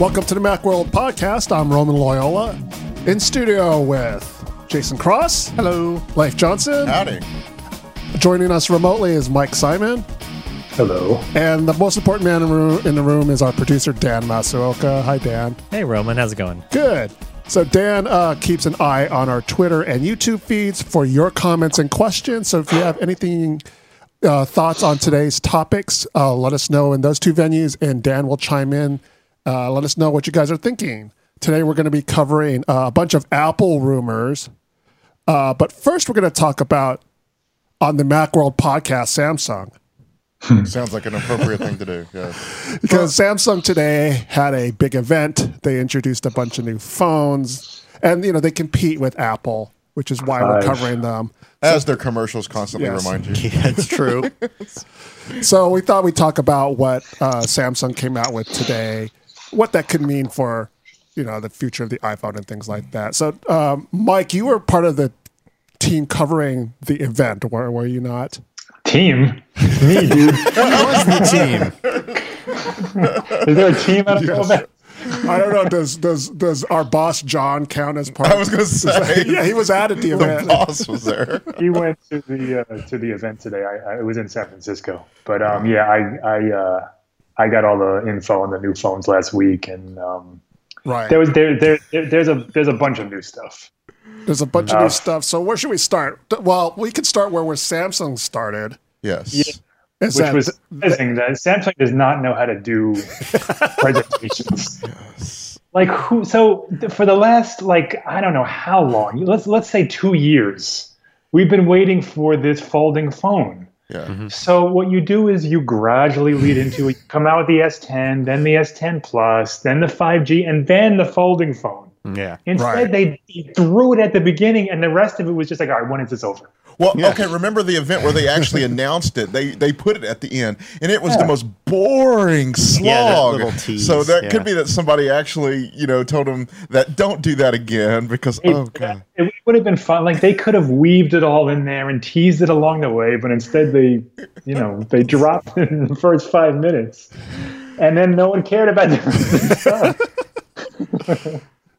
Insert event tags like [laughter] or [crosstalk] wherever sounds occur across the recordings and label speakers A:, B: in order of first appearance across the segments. A: Welcome to the Macworld Podcast. I'm Roman Loyola in studio with Jason Cross. Hello. Life Johnson.
B: Howdy.
A: Joining us remotely is Mike Simon.
C: Hello.
A: And the most important man in, roo- in the room is our producer, Dan Masuoka. Hi, Dan.
D: Hey Roman, how's it going?
A: Good. So Dan uh, keeps an eye on our Twitter and YouTube feeds for your comments and questions. So if you have anything, uh, thoughts on today's topics, uh, let us know in those two venues, and Dan will chime in. Uh, let us know what you guys are thinking. Today we're going to be covering uh, a bunch of Apple rumors, uh, but first we're going to talk about on the MacWorld podcast Samsung.
B: Sounds like an appropriate thing to do. Yeah.
A: because Samsung today had a big event. They introduced a bunch of new phones, and you know they compete with Apple, which is why we're
C: Nice.
A: covering them.
B: As their commercials constantly
A: Yes.
B: remind you.
D: [laughs] That's true.
A: So we thought we'd talk about what uh, Samsung came out with today, what that could mean for you know the future of the iPhone and things like that. So, um, Mike, you were part of the team covering the event, were, were you not?
C: Team? Me, dude.
D: Team.
C: Is there a team at yes.
A: I don't know. Does does does our boss John count as part?
B: [laughs] I was going to say,
A: yeah, he was at at the
B: [laughs] the
A: event.
B: boss
A: [laughs]
B: was there.
C: He went to the uh, to the event today. I, I it was in San Francisco, but um, yeah, I I uh, I got all the info on the new phones last week, and um,
A: Right.
C: there was there, there there there's a there's a bunch of new stuff.
A: There's a bunch of
C: Uh,
A: new stuff. So where should we start? Th- Well, we could start where where Samsung started.
B: Yes.
A: Is
C: Which
A: that-
C: was surprising that Samsung does not know how to do presentations. Like who? So th- for the last like I don't know how long. Let's let's say two years. We've been waiting for this folding phone.
B: Yeah.
D: Mm-hmm.
C: So what you do is you gradually lead into it. You come out with the S10, then the S10 Plus, then the 5G, and then the folding phone.
E: Mm,
D: Yeah.
C: Instead, they threw it at the beginning, and the rest of it was just like, all right, when is this over?
B: Well, okay. Remember the event where they
D: [laughs]
B: actually announced it? They they put it at the end, and it was the most boring slog.
D: little tease,
B: so that
D: yeah.
B: could be that somebody actually, you know, told them that don't do that again because
C: It,
B: oh god,
C: it would have been fun. Like they could have weaved it all in there and teased it along the way, but instead they, you know, they dropped it in the first five minutes, and then no one cared about it.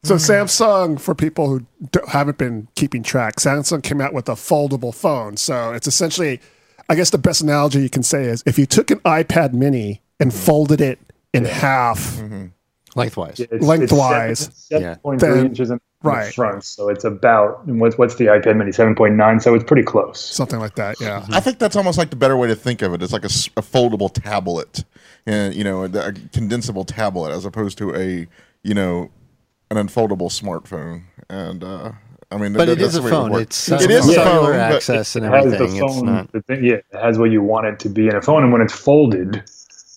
A: so Samsung, for people who d- haven't been keeping track, Samsung came out with a foldable phone. So it's essentially, I guess the best analogy you can say is if you took an iPad Mini and
C: Mm-hmm.
A: folded it in half,
D: Lengthwise.
C: It's-
A: Lengthwise.
C: It's seven-
D: Yeah.
C: 7.3
A: Then-
C: inches in
A: right.
C: the front. So it's about, and what's, what's the iPad mini? 7.9. So it's pretty close.
A: something like that, yeah.
C: Mm-hmm.
B: I think that's almost like the better way to think of it. It's like a, s- a foldable tablet, and you know, a, a condensable tablet as opposed to a you know an unfoldable smartphone. And uh, I mean,
E: But
B: that-
E: it
B: that's the
E: is a
B: way would
E: phone.
B: work.
E: It's uh,
B: it is a phone.
E: cellular
B: but-
E: access and
C: It has the
E: everything. It's
C: phone.
E: not.
C: the thing- yeah, it has what you want it to be in a phone. And when it's folded,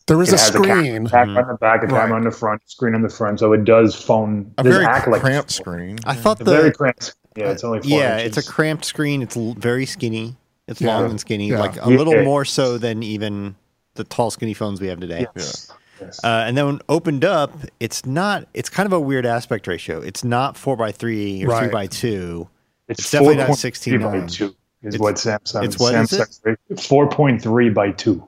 A: There is
C: it
A: a
C: has
A: screen.
C: a camera on the back, a camera
A: Right.
C: on the front, screen on the front. So it does phone.
B: a
C: does
B: very
C: act like
B: cramped screen.
E: I thought
C: A
E: the
C: very cramped. Yeah, it's only four
E: yeah,
C: inches.
E: it's a cramped screen. It's l- very skinny. It's
A: Yeah.
E: long and skinny,
A: Yeah.
E: like a
C: Yeah.
E: little more so than even the tall, skinny phones we have today.
C: Yes. Yes.
E: Uh, and then when opened up, it's not. It's kind of a weird aspect ratio. It's not four by three or
A: Right.
E: three by two.
C: it's
E: definitely not
C: 4.3 by
E: 16.9.
C: 2 is
E: It's-
C: what Samsung.
E: it's what is it?
C: Samsung's rate- 4.3 by 2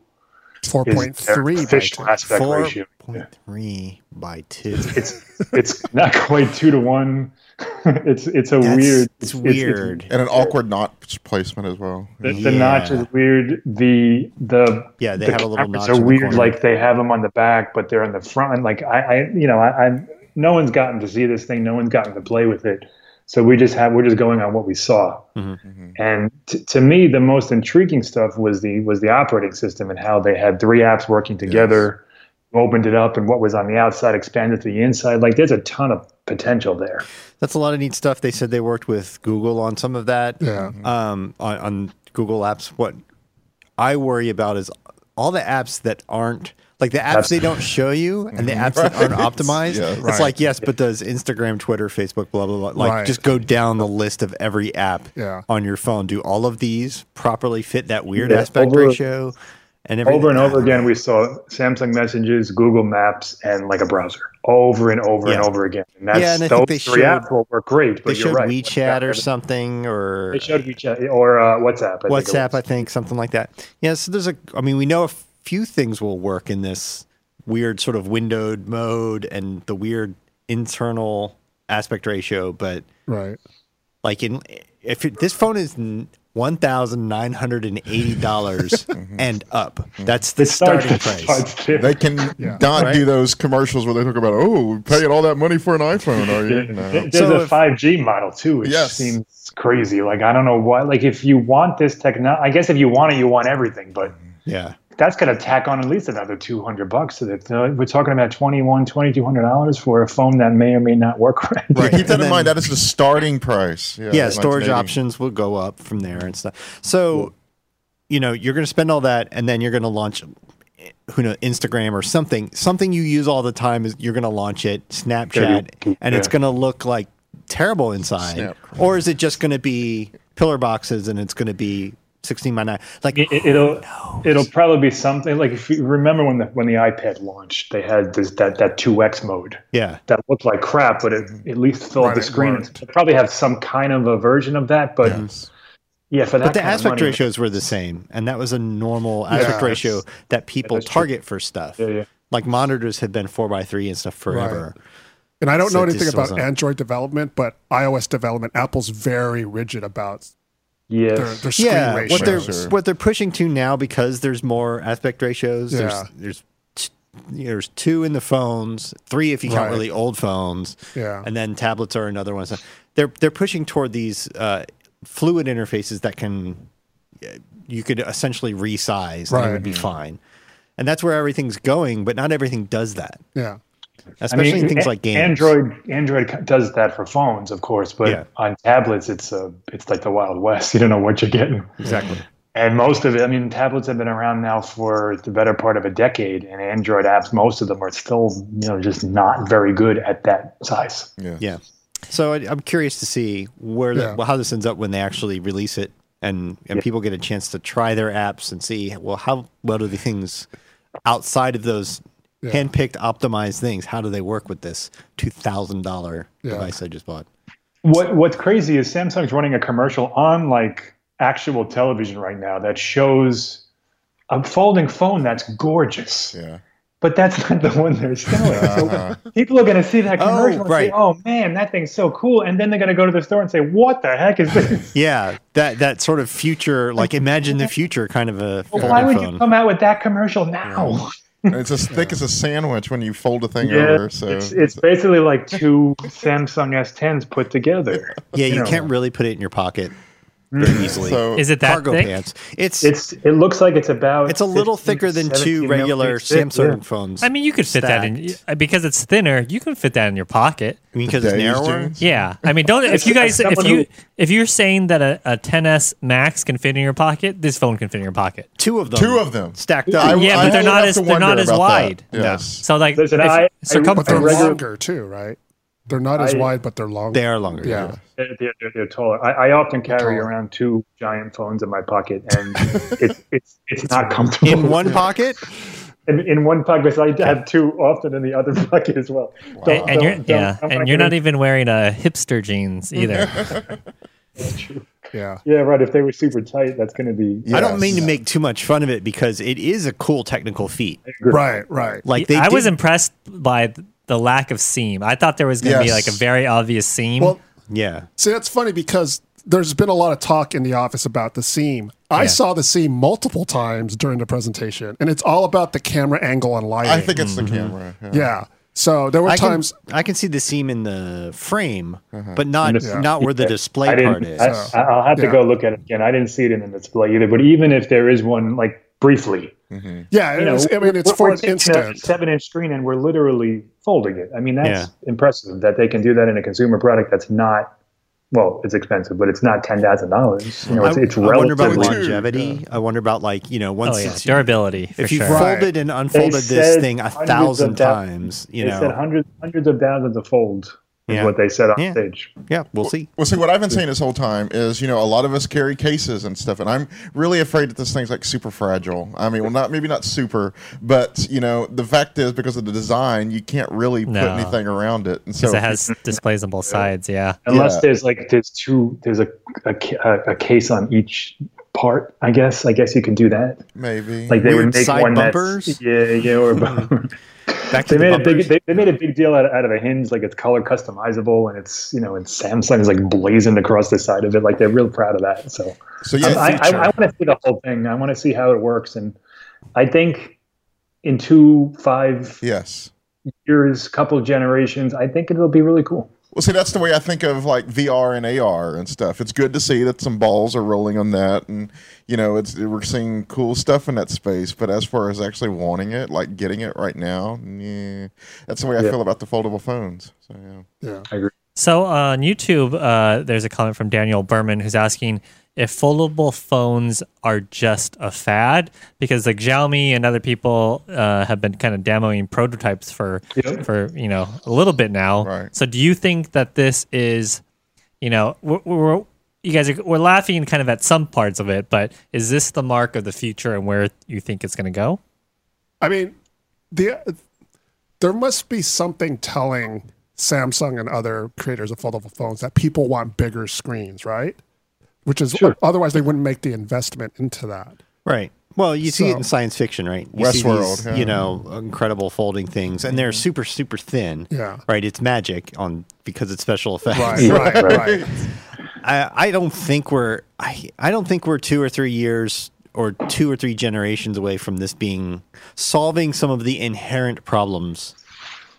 A: Four
C: is
A: point
C: their
A: three.
C: official aspect
E: Four
C: ratio.
E: point three by two.
C: it's it's not quite two to one. [laughs] it's it's a
E: That's,
C: weird.
E: It's weird.
B: and an awkward notch placement as well.
C: the, the
E: Yeah.
C: notch is weird. The the
E: Yeah, they
C: the
E: have a little
C: cameras
E: notch in
C: are
E: the
C: weird.
E: corner.
C: like they have them on the back, but they're on the front. Like I, I you know, I, I no one's gotten to see this thing. No one's gotten to play with it. So we just have we're just going on what we saw.
E: Mm-hmm.
C: And t- to me, the most intriguing stuff was the was the operating system and how they had three apps working together. Opened it up, and what was on the outside expanded to the inside. Like there's a ton of potential there.
E: That's a lot of neat stuff. They said they worked with Google on some of that.
A: Yeah.
C: Mm-hmm.
E: Um, on, on Google Apps. What I worry about is all the apps that aren't like the apps they don't show you and the
C: Mm-hmm.
E: apps that
C: [laughs]
E: aren't optimized.
B: Yeah.
E: it's
A: Right.
E: like yes, but does Instagram, Twitter, Facebook, blah blah blah. Like
A: Right.
E: just go down the list of every app
A: Yeah.
E: on your phone. Do all of these properly fit that weird
C: Yeah,
E: aspect
C: over-
E: ratio? And everything?
C: Over and over again, we saw Samsung Messages, Google Maps, and like a browser over and over and
E: Yeah.
C: over again. And that's
E: Yeah, and I
C: those
E: think they
C: three
E: showed-
C: apps will work great. But
E: They
C: you're
E: showed
C: right.
E: WeChat or something, or
C: They showed WeChat or uh, WhatsApp. I think it
E: WhatsApp,
C: was.
E: I think, something like that. Yeah, so there's a, I mean, we know a few things will work in this weird sort of windowed mode and the weird internal aspect ratio, but
A: Right.
E: like in if it, this phone is one thousand nine hundred and eighty dollars and up, that's the starting
C: [laughs]
E: price.
C: starts to-
B: They can not do those commercials where they talk about, oh, paying all that money for an iPhone, are you? No.
C: There's
E: So
C: a
E: if-
C: 5G model too, which
B: Yes.
C: seems crazy. Like I don't know why. Like if you want this technology, I guess if you want it, you want everything. But
E: Yeah,
C: that's going to tack on at least another 200 bucks to it. So uh, We're talking about 21, 2200 dollars for a phone that may or may not work [laughs] right.
B: Keep that
E: right.
B: in
E: And then-
B: mind. That is the starting price. Yeah,
E: yeah, storage
B: 1980.
E: options will go up from there and stuff. So, you know, you're going to spend all that, and then you're going to launch, who knows, Instagram or something. Something you use all the time is you're going to launch it, Snapchat, and it's
C: yeah.
E: going to look like terrible inside.
B: Snapchat.
E: Or is it just going to be pillar boxes and it's going to be 16 by 9? Like,
C: It, it'll it'll probably be something like if you remember when the when the iPad launched, they had this that that 2x mode.
E: yeah.
C: that looked like crap, but it at least filled
B: Right,
C: the
B: it
C: screen.
B: worked.
C: They probably have some kind of a version of that, but yeah, for that.
E: But the
C: kind of
E: aspect
C: money-
E: ratios were the same, and that was a normal aspect ratio that people target for stuff.
C: yeah.
E: Like monitors have been four by three and stuff forever.
A: And I don't
E: So
A: know
E: it
A: anything
E: just
A: about
E: doesn't-
A: Android development, but iOS development, Apple's very rigid about their,
C: Yes.
A: their screen
E: yeah,
A: ratio.
E: what they're
B: Sure.
E: what they're pushing to now because there's more aspect ratios.
A: Yeah.
E: There's there's t- there's two in the phones, three if you count
A: Right.
E: really old phones.
A: Yeah.
E: and then tablets are another one. So they're they're pushing toward these uh, fluid interfaces that can uh, you could essentially resize and
A: Right.
E: it would be fine. And that's where everything's going, but not everything does that,
A: yeah.
C: I
E: especially
C: mean,
E: in things
C: a-
E: like games.
C: Android Android does that for phones, of course, but
E: Yeah.
C: on tablets, it's a it's like the Wild West. You don't know what you're getting.
E: exactly.
C: And most of it, I mean, tablets have been around now for the better part of a decade, and Android apps, most of them are still, you know, just not very good at that size.
B: Yeah.
E: Yeah. So I, I'm curious to see where the,
A: Yeah.
E: well, how this ends up when they actually release it, and and people get a chance to try their apps and see well how well do the things outside of those handpicked optimized things how do they work with this two thousand dollar device I just bought?
C: What what's crazy is Samsung's running a commercial on like actual television right now that shows a folding phone that's gorgeous,
B: Yeah.
C: but that's not the one they're selling. So people are going to see that commercial and
E: right.
C: say, "Oh man, that thing's so cool!" And then they're going to go to the store and say, "What the heck is this?
E: [laughs] Yeah, that that sort of future like imagine the future kind of a folding
C: Why would you
E: phone.
C: come out with that commercial now?"
B: And it's as thick as a sandwich when you fold a thing over. So
C: it's, it's basically like two Samsung S10s put together.
E: [laughs] yeah, you
C: know.
E: can't really put it in your pocket very easily.
B: so
D: Is it that
E: Cargo
D: thick?
E: pants. It's it's,
C: It's it looks like it's about
E: a little
C: 15,
E: thicker than
C: 17
E: two regular
C: millimeters thick,
E: Samsung
C: yeah.
E: phones.
D: I mean, you could fit
E: Stacked.
D: that in uh, because it's thinner. You can fit that in your pocket.
E: because it's
B: Today's
E: narrower.
B: jeans?
D: Yeah, I mean, don't if
E: [laughs]
D: you guys if
C: someone
D: you
C: who-
D: if you're saying that a, a 10s Max can fit in your pocket, this phone can fit in your pocket.
E: Two of them.
B: two of them.
E: stacked up.
B: I-
D: Yeah,
B: I
D: but they're
B: would
D: not
B: have
D: as-
B: to
D: they're
B: wonder
D: not as
B: about
D: wide.
B: that. Yes.
D: So like
C: Listen,
D: if-
C: I- I-
A: But
D: circumference.
A: they're
C: A regular-
A: longer too, right? They're not as
C: I-
A: wide, but they're longer.
E: they are longer.
A: Yeah.
C: They're, they're, they're, they're taller. I, I often carry
A: taller.
C: around two giant phones in
E: [laughs]
C: my pocket, and it's it's, it's not comfortable.
E: In one pocket,
C: [laughs] in, in one pocket, because I have two often in the other [laughs] pocket as well.
D: and,
C: Don't-
D: and you're
C: don't-
D: yeah,
C: don't- I'm
D: and you're not
C: gonna-
D: even wearing a hipster jeans
C: Mm-hmm.
D: either.
A: Yeah.
C: Yeah, right. If they were super tight, that's going to be.
E: I don't mean to
B: Yes.
E: make too much fun of it because it is a cool technical feat.
A: Right, right.
E: Like they,
D: I was
E: did-
D: impressed by th- the lack of seam. I thought there was going to be
B: Yes.
D: like a very obvious seam.
A: Well,
E: yeah,
A: see, that's funny because there's been a lot of talk in the office about the seam. I saw the seam multiple times during the presentation, and it's all about the camera angle and lighting.
B: I think it's the
D: Mm-hmm.
B: camera. Yeah.
A: yeah. So there were
E: I can,
A: times.
E: I can see the seam in the frame,
C: Uh-huh.
E: but not not where the display
C: I
E: part
C: didn't.
E: is.
C: I, I'll have to go look at it again. I didn't see it in the display either. But even if there is one, like briefly,
A: Yeah,
C: you
A: it
C: know,
A: was, I mean, it's
C: we're-
A: for
C: we're
A: an
C: taking a
A: instant.
C: seven-inch screen, and we're literally folding it. I mean, that's
E: Yeah.
C: impressive that they can do that in a consumer product that's not. Well, it's expensive, but it's not ten thousand dollars. You know, it's,
E: I,
C: it's
E: I wonder
C: relatively.
E: about longevity. I wonder about like you know once
D: oh yeah,
E: it's,
D: durability for
E: if you
D: sure.
A: Right.
E: folded and unfolded this
C: said
E: thing a
C: hundreds of
E: thousand
C: thou-
E: times, you
C: they said
E: know,
C: hundreds, hundreds of thousands of fold is
E: Yeah.
C: what they said on
E: Yeah.
C: stage.
E: yeah, we'll see.
B: Well, see, what I've been saying this whole time is, you know, a lot of us carry cases and stuff, and I'm really afraid that this thing's like super fragile. I mean, well, not maybe not super, but you know, the fact is because of the design, you can't really
D: No.
B: put anything around it, and so
D: Because it has displays on both sides. Yeah.
C: Unless
B: Yeah.
C: there's like there's two, there's a, a ca- a a case on each part. I guess I guess you can do that.
B: maybe
C: Like they
E: Weird
C: would make
E: side
C: one
E: bumpers? Hmm.
C: that's yeah yeah or bumper.
E: Back
C: They
E: to
C: made
E: the
C: a big
E: bumpers.
C: they, they made a big deal out, out of a hinge, like it's color customizable and it's you know and Samsung's like blazoned across the side of it, like they're real proud of that. So
B: So yeah,
C: I, I,
B: feature.
C: I want to see the whole thing. I want to see how it works, and I think in two five
B: yes.
C: years, couple generations, I think it'll be really cool.
B: Well, see, that's the way I think of like VR and AR and stuff. It's good to see that some balls are rolling on that, and you know, it's we're seeing cool stuff in that space. But as far as actually wanting it, like getting it right now, yeah, that's the way I
C: Yeah.
B: feel about the foldable phones. So yeah,
A: Yeah.
D: So on YouTube, uh, there's a comment from Daniel Berman who's asking if foldable phones are just a fad because like Xiaomi and other people uh, have been kind of demoing prototypes for
C: Yep.
D: for you know a little bit now.
B: Right.
D: So do you think that this is you know we're, we're you guys are we're laughing kind of at some parts of it, but is this the mark of the future and where you think it's going to go?
A: I mean, the there must be something telling Samsung and other creators of foldable phones that people want bigger screens, right? Which is otherwise they wouldn't make the investment into that.
E: Right. Well, you see it
A: So-
E: in science fiction, right? You see
B: Westworld,
E: these,
B: yeah.
E: You know, incredible folding things, and they're super, super thin.
A: Mm-hmm. Yeah.
E: Right. It's magic on because it's special effects. [laughs]
A: Right, right, right.
E: I, I don't think we're I, I don't think we're two or three years or two or three generations away from this being solving some of the inherent problems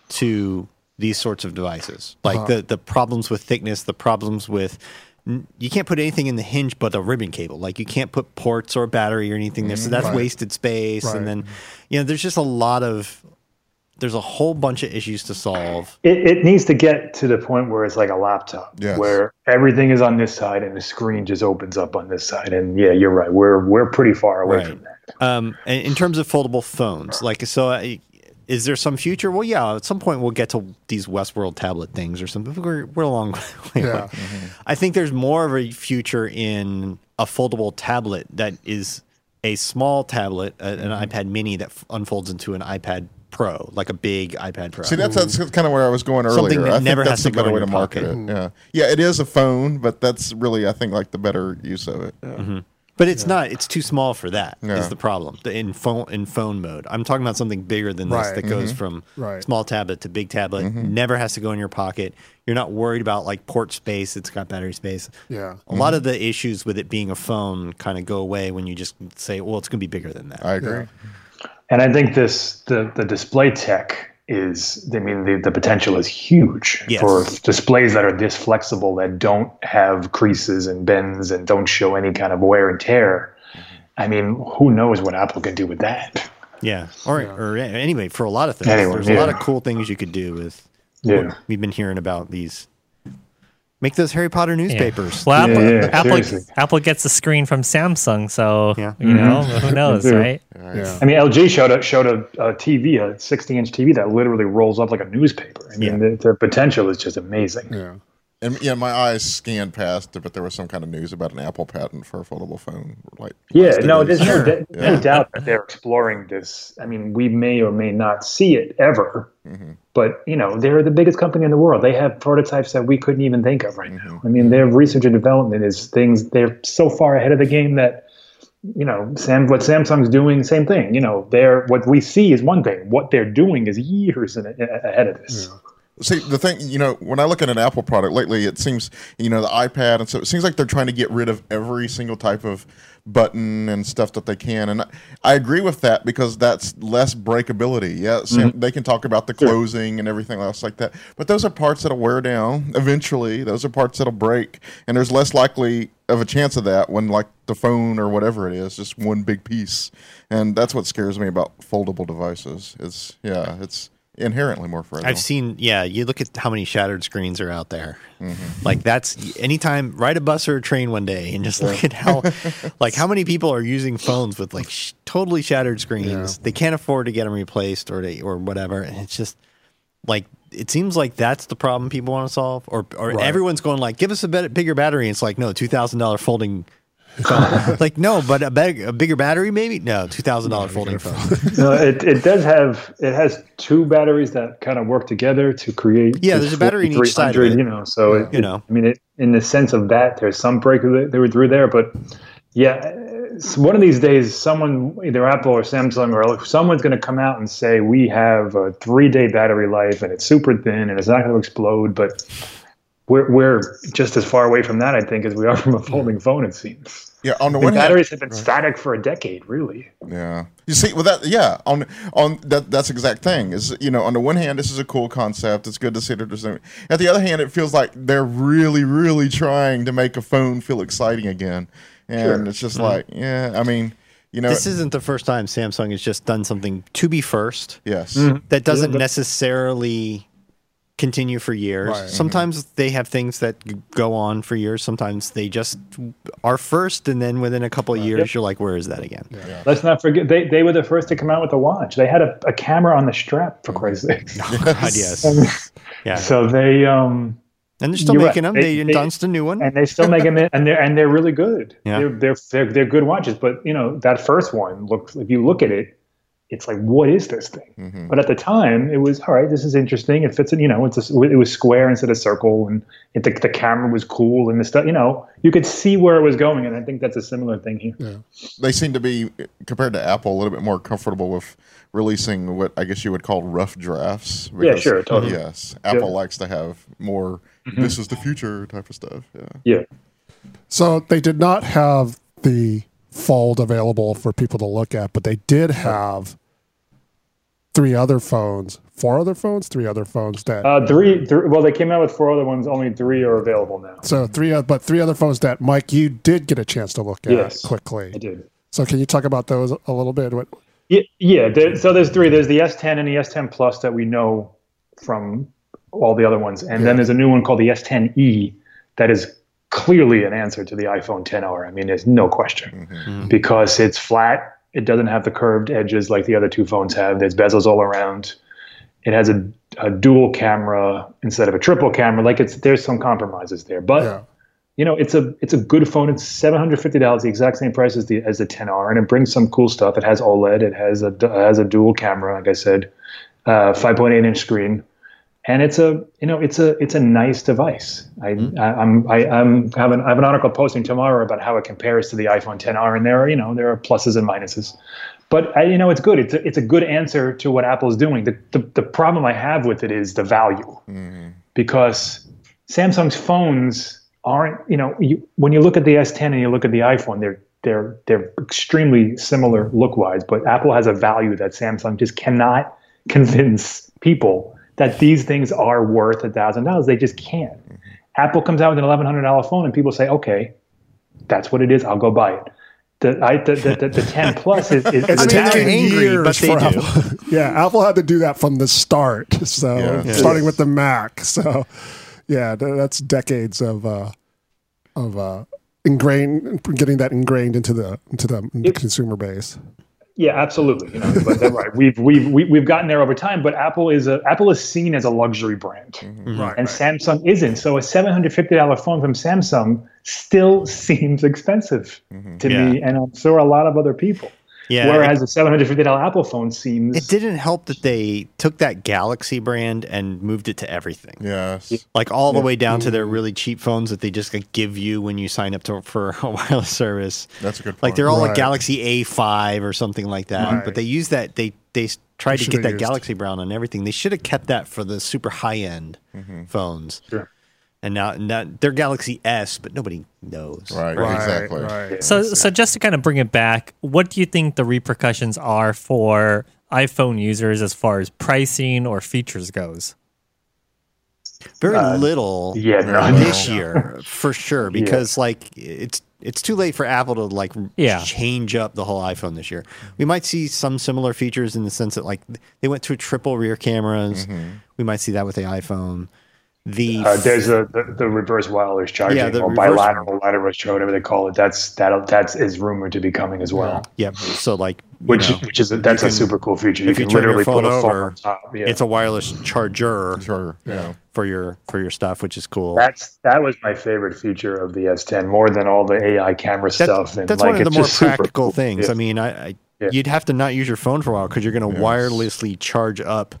E: to these sorts of devices like the the problems with thickness the problems with n- you can't put anything in the hinge but a ribbon cable like you can't put ports or battery or anything there so that's wasted space
A: Right.
E: and then you know there's just a lot of there's a whole bunch of issues to solve
C: It, it needs to get to the point where it's like a laptop,
B: Yes.
C: where everything is on this side and the screen just opens up on this side. And yeah, you're right. We're we're pretty far away
E: Right.
C: from that.
E: Um, in, in terms of foldable phones, like so, uh, is there some future? Well, yeah, at some point we'll get to these Westworld tablet things or something. but We're we're a long [laughs] way away.
A: Yeah.
E: I think there's more of a future in a foldable tablet that is a small tablet, a, an iPad Mini that f- unfolds into an iPad Pro, like a big iPad Pro.
B: See, that's that's kind of where I was going earlier.
E: Something that
B: I think
E: never
B: that's
E: has
B: the
E: to go
B: better
E: in
B: way to
E: your
B: market
E: pocket.
B: it. Yeah, yeah, it is a phone, but that's really I think like the better use of it.
E: But it's not. It's too small for that. Is
B: Yeah.
E: the problem The- in phone in phone mode? I'm talking about something bigger than this
A: Right,
E: that goes from
A: Right.
E: small tablet to big tablet. Never has to go in your pocket. You're not worried about like port space. It's got battery space.
A: Yeah.
E: A lot of the issues with it being a phone kind of go away when you just say, "Well, it's going to be bigger than that."
B: I agree.
C: And I think this the the display tech is I mean the, the potential is huge
E: Yes.
C: for displays that are this flexible that don't have creases and bends and don't show any kind of wear and tear. I mean, who knows what Apple can do with that?
E: Yeah. Or or anyway, for a lot of things,
C: Anyway,
E: there's a lot
C: yeah.
E: of cool things you could do with.
C: Yeah.
E: We've been hearing about these. Make those Harry Potter
D: Yeah.
E: newspapers.
D: Well, Apple,
C: Yeah, yeah,
D: Apple,
C: seriously. Mm-hmm.
D: Apple gets a screen from Samsung, so
E: Yeah.
D: you know
C: [laughs]
D: who knows,
C: do.
D: right?
A: Yeah.
C: I mean, LG showed a, showed a, a TV, a 60 inch TV that literally rolls up like a newspaper. I mean, the, the potential is just amazing.
A: Yeah.
B: And yeah, my eyes scanned past it, but there was some kind of news about an Apple patent for a foldable phone. Like
C: Yeah,
B: last two
C: no,
B: days.
C: there's no, there's no
B: Yeah.
C: doubt that they're exploring this. I mean, we may or may not see it ever, but you know, they're the biggest company in the world. They have prototypes that we couldn't even think of right now. I mean, their research and development is things they're so far ahead of the game that you know, Sam, what Samsung's doing, same thing. You know, they're what we see is one thing. What they're doing is years in, a- ahead of this.
B: See the thing, you know, when I look at an Apple product lately, it seems, you know, the iPad, and so it seems like they're trying to get rid of every single type of button and stuff that they can, and I, I agree with that because that's less breakability. Yeah, Sam, they can talk about the closing and everything else like that, but those are parts that'll wear down eventually. Those are parts that'll break, and there's less likely of a chance of that when like the phone or whatever it is, just one big piece, and that's what scares me about foldable devices. It's yeah, it's inherently more fragile.
E: I've seen, yeah, you look at how many shattered screens are out there. Like that's anytime ride a bus or a train one day and just look at how like how many people are using phones with like sh- totally shattered screens. They can't afford to get them replaced or they, or whatever and it's just like it seems like that's the problem people want to solve or or everyone's going like give us a bet- bigger battery and it's like no, $2000 folding phone. like no, but a, bag a bigger battery maybe? No, $2000 folding phone.
C: No, it, it does have it has two batteries that kind of work together to create.
E: Yeah,
C: the
E: there's a battery in each side of
C: 4300,
E: it.
C: You know, so it,
E: You know.
C: I mean, it, in the sense of that, there's some break that they were through there, but yeah, s- one of these days, someone, either Apple or Samsung, or someone's going to come out and say, we have a three day battery life and it's super thin and it's not going to explode. But we're, we're just as far away from that, I think, as we are from a folding phone, it seems.
B: Yeah, on the
C: The
B: one hand,
C: batteries have been static for a decade, really.
B: yeah. You see, well, that yeah, on on that that's the exact thing. Is you know, on the one hand, this is a cool concept. It's good to see that there's. no- At the other hand, it feels like they're really, really trying to make a phone feel exciting again, and it's just like, yeah. I mean, you know,
E: This isn't the first time Samsung has just done something to be first
B: yes, [laughs]
E: that doesn't necessarily continue for years.
B: Right. mm-hmm.
E: Sometimes they have things that g- go on for years. Sometimes they just are first, and then within a couple of years, you're like, where is that again?
C: Let's not forget, they, they were the first to come out with a watch. They had a, a camera on the strap, for Christ's [laughs] sake.
E: God, yes. yeah.
C: So they, um,
E: And they're still
C: You're right.
E: making them.
C: They-
E: They,
C: they-
E: announced a new one.
C: and they still make them, and they're and they're really good.
E: Yeah.
C: They're, they're they're they're good watches, but you know that first one looks. If you look at it, it's like what is this thing? But at the time, it was all right. This is interesting. It fits in. You know, it's a s it was square instead of circle, and it, the, the camera was cool, and the stuff. You know, you could see where it was going, and I think that's a similar thing here.
B: they seem to be compared to Apple a little bit more comfortable with releasing what I guess you would call rough drafts. because-
C: sure, totally.
B: Yes, Apple likes to have more. This is the future type of stuff. Yeah.
C: Yeah,
A: So they did not have the fold available for people to look at, but they did have three other phones, four other phones, three other phones that
C: uh, three, three. Well, they came out with four other ones. Only three are available now.
A: so three oth- but three other phones that Mike you did get a chance to look at
C: Yes. I
A: quickly.
C: did.
A: So can you talk about those a little bit? What
C: Yeah, yeah. There, so there's three. There's the S10 and the S10 Plus that we know from all the other ones, and then there's a new one called the S10e that is clearly an answer to the iPhone 10R. I mean, there's no question because it's flat. It doesn't have the curved edges like the other two phones have. There's bezels all around. It has a, a dual camera instead of a triple camera. Like it's there's some compromises there,
E: Uh,
C: but
A: yeah.
C: you know, it's a it's a good phone. It's seven hundred fifty dollars, the exact same price as the as the 10R, and it brings some cool stuff. It has OLED. It has a it has a dual camera, like I said, uh, five point eight inch screen, and it's a you know it's a it's a nice device. I, I I'm I, I'm have an I have an article posting tomorrow about how it compares to the iPhone 10R, and there are you know there are pluses and minuses, but I, you know it's good. It's a, it's a good answer to what Apple's doing. The, the the problem I have with it is the value because Samsung's phones aren't, you know, you, when you look at the S10 and you look at the iPhone, they're they're they're extremely similar look wise, but Apple has a value that Samsung just cannot [laughs] convince people that these things are worth a thousand dollars. They just can't. Apple comes out with an eleven hundred dollar phone, and people say, "Okay, that's what it is. I'll go buy it." The I, the, the, the, the ten plus is, is, is
A: It's
E: they're
A: taken
E: angry,
A: years
E: but they
A: for
E: do.
A: Apple. yeah, Apple had to do that from the start. [laughs] So
B: Yeah. Yeah.
A: starting with the Mac. [laughs] So yeah, th- that's decades of uh, of uh, ingrained getting that ingrained into the into the consumer base.
C: Yeah, absolutely. You know, but they're right. We've we've we- we've gotten there over time, but Apple is a Apple is seen as a luxury brand,
A: Right.
C: and Samsung isn't. So a seven hundred fifty dollar phone from Samsung still [laughs] seems expensive to me, and I'm sure a lot of other people.
E: Mm-hmm. Yeah.
C: Whereas a seven hundred fifty dollar Apple phone seems
E: It didn't help that they took that Galaxy brand and moved it to everything.
B: Yes.
E: Like all the way down to their
B: Mm.
E: really cheap phones that they just like, give you when you sign up to, for a [laughs] wireless service.
B: That's a good point.
E: Like they're all
A: Right.
E: like Galaxy A5 or something like that. But they use that. They they s- tried to
A: should've
E: get that
A: used-
E: Galaxy brand on everything. They should have kept that for the super high end phones.
C: Sure.
E: And now, now they're Galaxy S, but nobody knows.
B: right, exactly.
A: Right.
D: So, so just to kind of bring it back, what do you think the repercussions are for iPhone users as far as pricing or features goes?
E: Very little.
C: Uh, yeah, no,
E: this year for sure because like it's it's too late for Apple to like
D: Yeah.
E: change up the whole iPhone this year. We might see some similar features in the sense that like they went to triple rear cameras. We might see that with the iPhone. The
C: [laughs] Uh, there's a, the the reverse wireless charging
E: Yeah, the
C: or
E: reverse-
C: bilateral lateral charge, whatever they call it. That's that that is rumored to be coming as well.
E: yep. So like you
C: Which,
E: know,
C: which is a, that's
E: you
C: a
E: can-
C: super cool feature. You,
E: if you
C: can
E: turn your
C: literally
E: phone
C: put a phone
E: over,
C: on top. [laughs] Yeah.
E: it's a wireless charger
B: Sure. Yeah.
E: for your for your stuff, which is cool.
C: That's that was my favorite feature of the S10, more than all the AI camera
E: That-
C: stuff. And
E: that's
C: like,
E: one of the
C: it's
E: more
C: just super
E: practical
C: cool.
E: things.
C: Yeah.
E: I mean, I, I
C: Yeah.
E: you'd have to not use your phone for a while because you're going to wirelessly charge up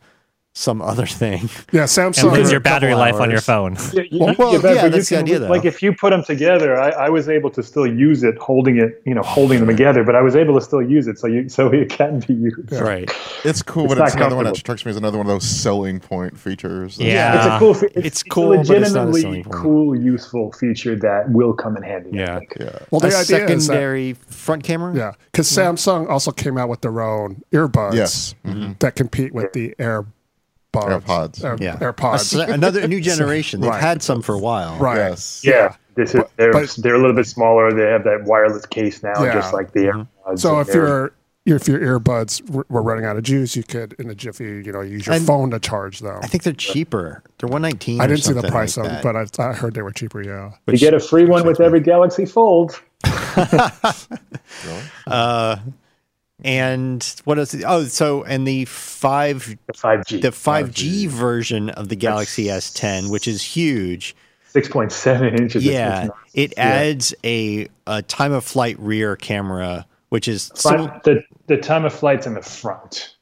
E: some other [laughs] thing.
A: Yeah,
D: and
A: Samsung.
D: lose your battery
E: couple
D: life on your
E: hours.
D: phone.
C: Yeah, you-
A: Well,
C: you-
E: well,
C: but
E: yeah,
C: you
E: that's the idea, though.
C: Like if you put them together, I, I was able to still use it, holding it, you know, holding them together. But I was able to still use it, so you so it can be
A: [laughs]
C: used.
E: Right.
B: It's cool,
C: It's
B: but it's
C: not
B: another one that
C: comfortable.
B: strikes me as another one of those selling point features.
D: [laughs] Yeah.
C: It's a cool. fe-
E: Uh, it's cool, but it's not a
C: legitimately
E: selling point.
C: cool, useful feature that will come in handy. I
E: Yeah.
C: think.
A: well, the idea
E: a
A: is that,
E: secondary front camera.
A: yeah, because Samsung also came out with their own earbuds
B: Yes.
A: that compete with the AirPods.
B: AirPods.
A: Air-
E: Yeah. A
A: AirPods.
E: se- another
A: [laughs]
E: a new generation. They've
A: Right.
E: had some for a while.
A: right.
B: Yes.
C: Yeah, this is they're
A: but-
C: they're a little bit smaller. They have that wireless case now,
A: Yeah.
C: just like
E: Mm-hmm.
C: the AirPods.
A: So if
C: They're-
A: your if your earbuds were were running out of juice, you could in a jiffy, you know, use your
E: And-
A: phone to charge them.
E: I think they're cheaper. They're 119
A: I
E: or
A: didn't see the
E: something
A: price
E: like
A: of
E: that.
A: them, but I, I heard they were cheaper. Yeah,
C: you get a free one with every Galaxy Fold.
E: and what else? Oh, so and the 5
C: The five G,
E: the 5G version of the Galaxy S10, which is huge.
C: six point seven inches. It's-
E: Yeah,
C: it's not-
E: it adds a, a time of flight rear camera, which is sim-
C: but the the time of flight's in the front.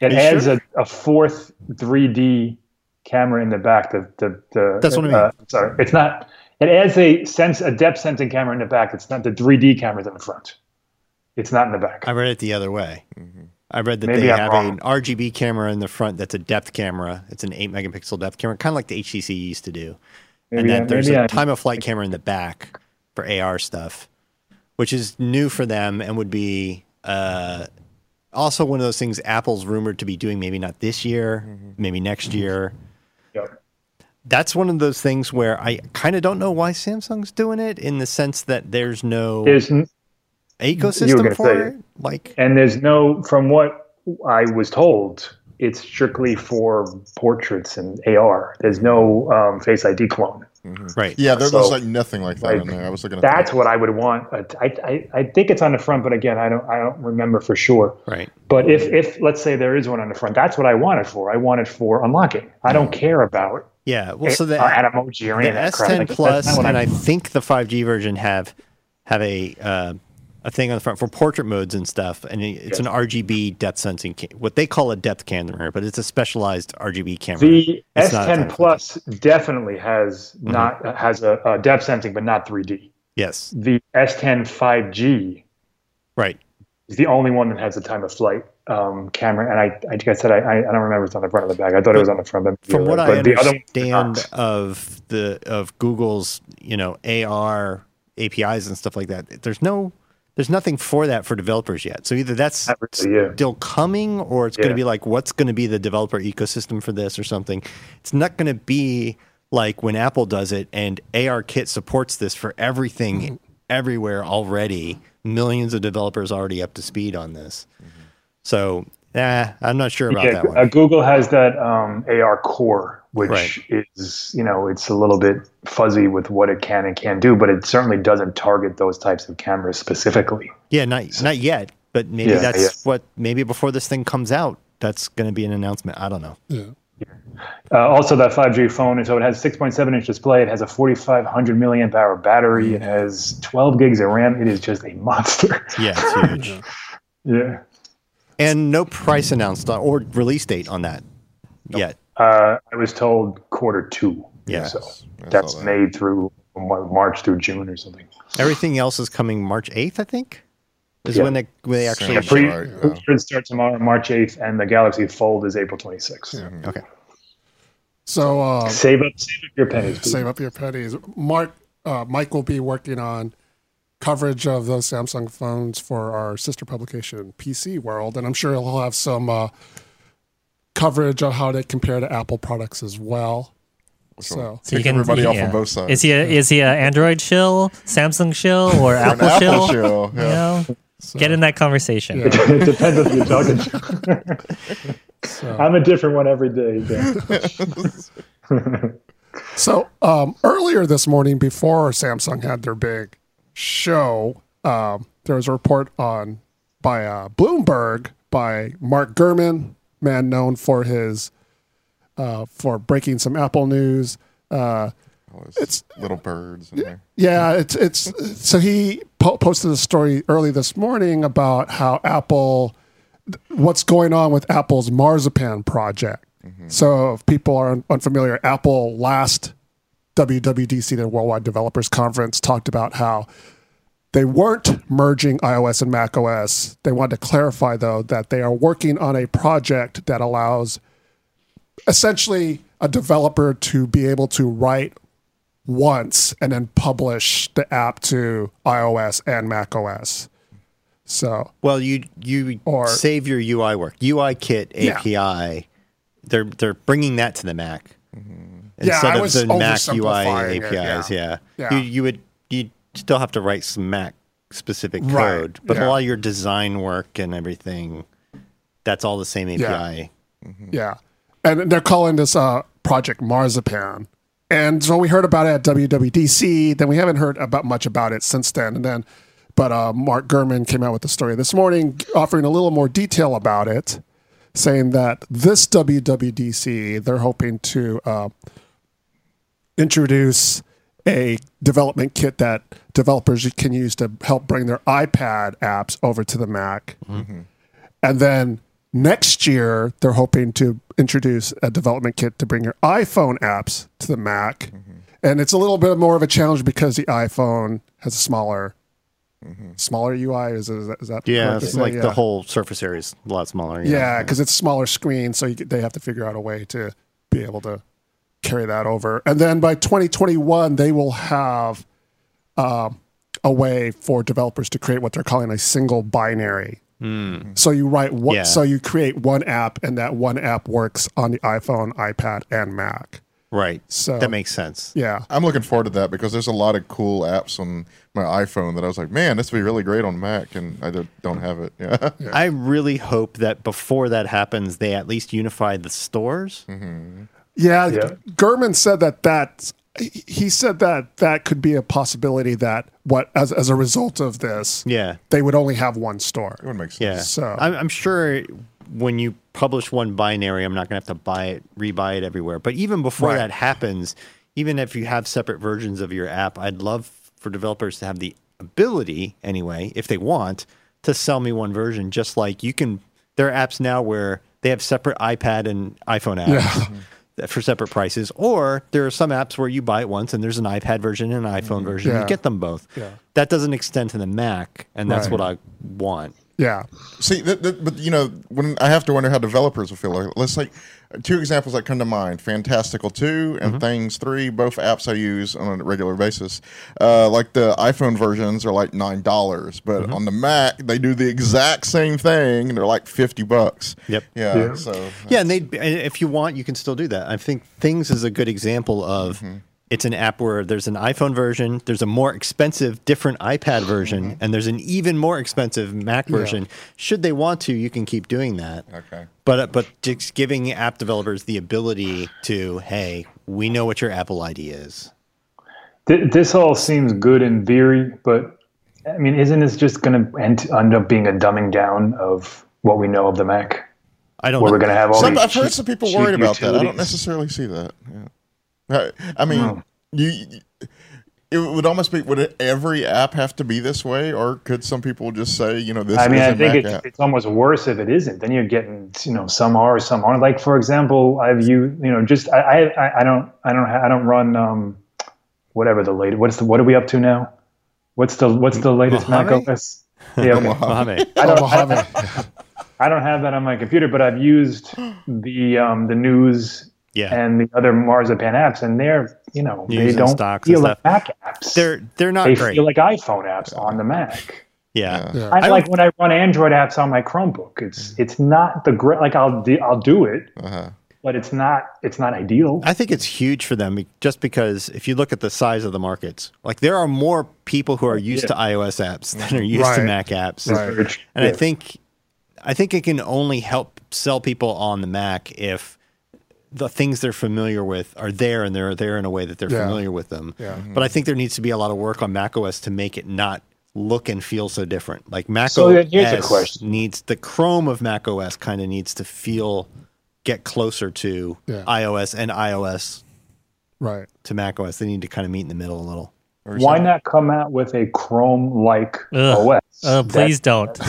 C: It
E: You
C: adds
E: sure?
C: a, a fourth 3D camera in the back. The the, the
E: That's what I mean.
C: uh, sorry, it's not. It adds a sense a depth sensing camera in the back. It's not the 3D cameras in the front. It's not in the back.
E: I read it the other way. I read that
C: Maybe
E: they
C: I'm
E: have
C: wrong.
E: an RGB camera in the front that's a depth camera. It's an eight megapixel depth camera, kind of like the HTC used to do.
C: Maybe
E: and
C: I-
E: that there's
C: maybe
E: a
C: I-
E: time of flight camera in the back for AR stuff, which is new for them and would be uh, also one of those things Apple's rumored to be doing. Maybe not this year, maybe next year.
C: Yep.
E: That's one of those things where I kind of don't know why Samsung's doing it in the sense that there's no
C: There's n-
E: ecosystem
C: gonna
E: for
C: say
E: it.
C: it.
E: Like,
C: and there's no from what I was told. It's strictly for portraits and AR. There's no um, Face ID clone.
E: right.
B: Yeah, there was
C: So,
B: like nothing like that in
C: like,
B: there. I was looking at
C: That's
B: that.
C: what I would want. I, I, I think it's on the front, but again, I don't I don't remember for sure.
E: Right.
C: But if if let's say there is one on the front, that's what I want it for. I want it for unlocking. I don't care about
E: Yeah. Well, Mm. so
C: uh,
E: the
C: an emoji or
E: the
C: any of that
E: S10
C: crap. Like, that's
E: Plus
C: not what
E: and
C: I-
E: I think the 5G version have have a uh, a thing on the front for portrait modes and stuff, and it- it's an RGB depth sensing, ca- what they call a depth camera, but it's a specialized RGB camera.
C: the
E: It's not a Mm-hmm.
C: S10
E: time
C: Plus definitely has not has a, a depth sensing, but not 3D.
E: yes,
C: The S10 5G
E: right.
C: is the only one that has a time of flight um, camera. And I, I like I said, I, I I don't remember if it's on the front or the back. I thought it was on the front. But
E: From what I
C: but the other one did
E: understand
C: not.
E: of the of Google's you know AR APIs and stuff like that, there's no there's nothing for that for developers yet. So either that's
C: Not really, yeah.
E: still coming or it's going to
C: Yeah.
E: be like what's going to be the developer ecosystem for this or something it's not going to be like when apple does it and arkit supports this for everything everywhere already millions of developers already up to speed on this so nah, i'm not sure about
C: Yeah,
E: that one
C: uh, Google has that um, AR Core, which
E: Right.
C: is you know it's a little bit fuzzy with what it can and can't do, but it certainly doesn't target those types of cameras specifically.
E: yeah not, not yet but maybe
C: Yeah,
E: that's
C: yeah.
E: what maybe before this thing comes out that's going to be an announcement i don't know
C: Uh, also, that 5G phone, and so it has 6.7 inch display. It has a 4,500 milliamp hour battery. It has 12 gigs of RAM. It is just a [laughs] monster.
E: yeah it's huge
C: yeah.
E: and no price announced on- or release date on that yet
C: Uh, I was told quarter two.
E: Yeah.
C: So
B: I saw
C: that's
B: that.
C: May through Mar- March through June or something.
E: Everything else is coming March 8th, I think. Is
C: Yeah.
E: when they when they actually
B: Sounds
C: Pre-
B: right, yeah.
C: should start tomorrow, March 8th, and the Galaxy Fold is April 26th.
E: Okay.
A: so um,
C: Save up, save up your pennies. people. [laughs]
A: save up your pennies. Mark, uh, Mike will be working on coverage of those Samsung phones for our sister publication, PC World, and I'm sure he'll have some uh, coverage on how they compare to Apple products as well. So
D: So you
B: Pick everybody off on both sides.
D: Is he a, is he a Android shill, Samsung shill, or
B: Or an
D: Apple shill?
B: Apple show.
D: You
B: Yeah.
D: know, get in that conversation.
A: Yeah.
C: it depends on who you're talking to.
B: [laughs]
C: I'm a different one every day. Dan.
A: So um, earlier this morning, before Samsung had their big show, um, there was a report on by uh, Bloomberg by Mark Gurman, man known for his uh, for breaking some Apple news. Uh,
B: All those little birds in there.
A: yeah, it's it's so he po- posted a story early this morning about how Apple, what's going on with Apple's marzipan project. So if people are un- unfamiliar, Apple last WWDC, the Worldwide Developers Conference, talked about how they weren't merging iOS and Mac OS. They wanted to clarify, though, that they are working on a project that allows essentially a developer to be able to write once and then publish the app to iOS and Mac OS. So
E: Well, you you
A: Or-
E: save your UI work. UI Kit
A: Yeah.
E: API. They're they're bringing that to the Mac
A: Mm-hmm. Yeah,
E: instead
A: I
E: of
A: was
E: the Mac
A: oversimplifying it,
E: UI APIs. yeah,
A: Yeah.
E: You, you would you still have to write some Mac specific
A: Right,
E: code, but
A: yeah.
E: a lot of your design work and everything, that's all the same API.
A: Yeah. And they're calling this uh, Project Marzipan. And so we heard about it at WWDC. Then we haven't heard about much about it since then. And then, but uh, Mark Gurman came out with the story this morning, offering a little more detail about it, saying that this WWDC they're hoping to uh, introduce a development kit that developers can use to help bring their iPad apps over to the Mac. And then next year, they're hoping to introduce a development kit to bring your iPhone apps to the Mac. And it's a little bit more of a challenge because the iPhone has a smaller, smaller UI. Is, is that, is that
E: Yeah,
A: correct to
E: it's
A: say?
E: like
A: Yeah.
E: the whole surface area is a lot smaller.
A: Yeah, because it's smaller screen, so you, could- they have to figure out a way to be able to carry that over. And then by 2021, they will have um, a way for developers to create what they're calling a single binary. So you write what?
E: Hmm. Yeah.
A: So you create one app, and that one app works on the iPhone, iPad, and Mac.
E: right.
A: So
E: that makes sense.
A: yeah,
B: I'm looking forward to that because there's a lot of cool apps on my iPhone that I was like, man, this would be really great on Mac, and I don't- don't have it. Yeah. [laughs]
E: I really hope that before that happens, they at least unify the stores.
A: Mm-hmm. yeah.
C: Yeah.
A: Gurman said that that he- he said that that could be a possibility that what as as a result of this.
E: Yeah,
A: They would only have one store.
B: It would make sense.
E: yeah.
A: So-
E: I'm, I'm sure when you publish one binary, I'm not going to have to buy it, rebuy it everywhere. But even before
A: Right.
E: that happens, even if you have separate versions of your app, I'd love for developers to have the ability, anyway, if they want, to sell me one version. Just like you can, there are apps now where they have separate iPad and iPhone apps. that- For separate prices, or there are some apps where you buy it once and there's an iPad version and an iPhone version.
A: Mm-hmm. Yeah.
E: You get them both.
A: Yeah.
E: That doesn't extend to the Mac, and that's
A: Right.
E: what I want.
A: Yeah.
B: See, th- th- but you know, when I have to wonder how developers will feel. Like, let's like two examples that come to mind: Fantastical Two and Things Three, both apps I use on a regular basis. Uh, like the iPhone versions are like nine dollars, but on the Mac they do the exact same thing, and they're like fifty bucks.
E: Yep.
B: Yeah.
C: Yeah.
B: So
E: Yeah, and they and if you want, you can still do that. I think Things is a good example of it's an app where there's an iPhone version, there's a more expensive, different iPad version, and there's an even more expensive Mac version. Should they want to, you can keep doing that.
B: Okay.
E: But but just giving app developers the ability to, hey, we know what your Apple ID is.
C: Th- this all seems good in theory, but I mean, isn't this just going to end, end up being a dumbing down of what we know of the Mac?
E: I don't.
C: Where
E: know.
C: we're going to have all
B: Some,
C: these
B: I've heard
C: cheap-
B: some people
C: cheap
B: worried about that. I don't
C: utilities.
B: necessarily see that. Yeah. I, I mean, you. It would almost be. Would every app have to be this way, or could some people just say, you know, this
C: I mean,
B: is a
C: I think
B: Mac
C: it's,
B: app?
C: it's almost worse if it isn't. Then you're getting, you know, some are, some aren't. Like for example, I've you, you know, just I, I- I, I don't, I don't, ha- I don't run, um, whatever the latest. What's the, what are we up to now? What's the, what's the latest
E: Mojave? [laughs]
C: Mac OS?
B: [laughs]
C: Yeah, okay.
E: Mohammed.
C: I don't, I don't,
A: Mojave.
C: I don't have that on my computer, but I've used the, um, the news
E: Yeah.
C: and the other Marzipan apps, and they're, you know,
E: News
C: they
E: and
C: don't
E: stocks and
C: feel like
E: stuff.
C: Mac apps.
E: they're they're not
C: they
E: great.
C: feel like iPhone apps on the Mac.
E: yeah.
A: Yeah.
C: I,
E: I
C: like when I run Android apps on my Chromebook. It's it's not the great. Like I'll do, I'll do it,
B: Uh-huh.
C: but it's not it's not ideal.
E: I think it's huge for them be- just because if you look at the size of the markets, like there are more people who are used to iOS apps than are used to
A: Right.
E: Mac apps.
A: Right.
E: And I
C: Yeah.
E: think I think it can only help sell people on the Mac if the things they're familiar with are there and they're there in a way that they're
A: Yeah.
E: familiar with them.
A: Yeah.
E: But I think there needs to be a lot of work on Mac OS to make it not look and feel so different. Like Mac
C: So
E: OS
C: then here's the question.
E: needs the Chrome of Mac OS kind of needs to feel get closer to
A: Yeah.
E: iOS and iOS
A: Right.
E: to Mac OS. They need to kind of meet in the middle a little.
C: Why not come out with a Chrome like
D: Ugh.
C: OS?
D: Uh, please don't. [laughs]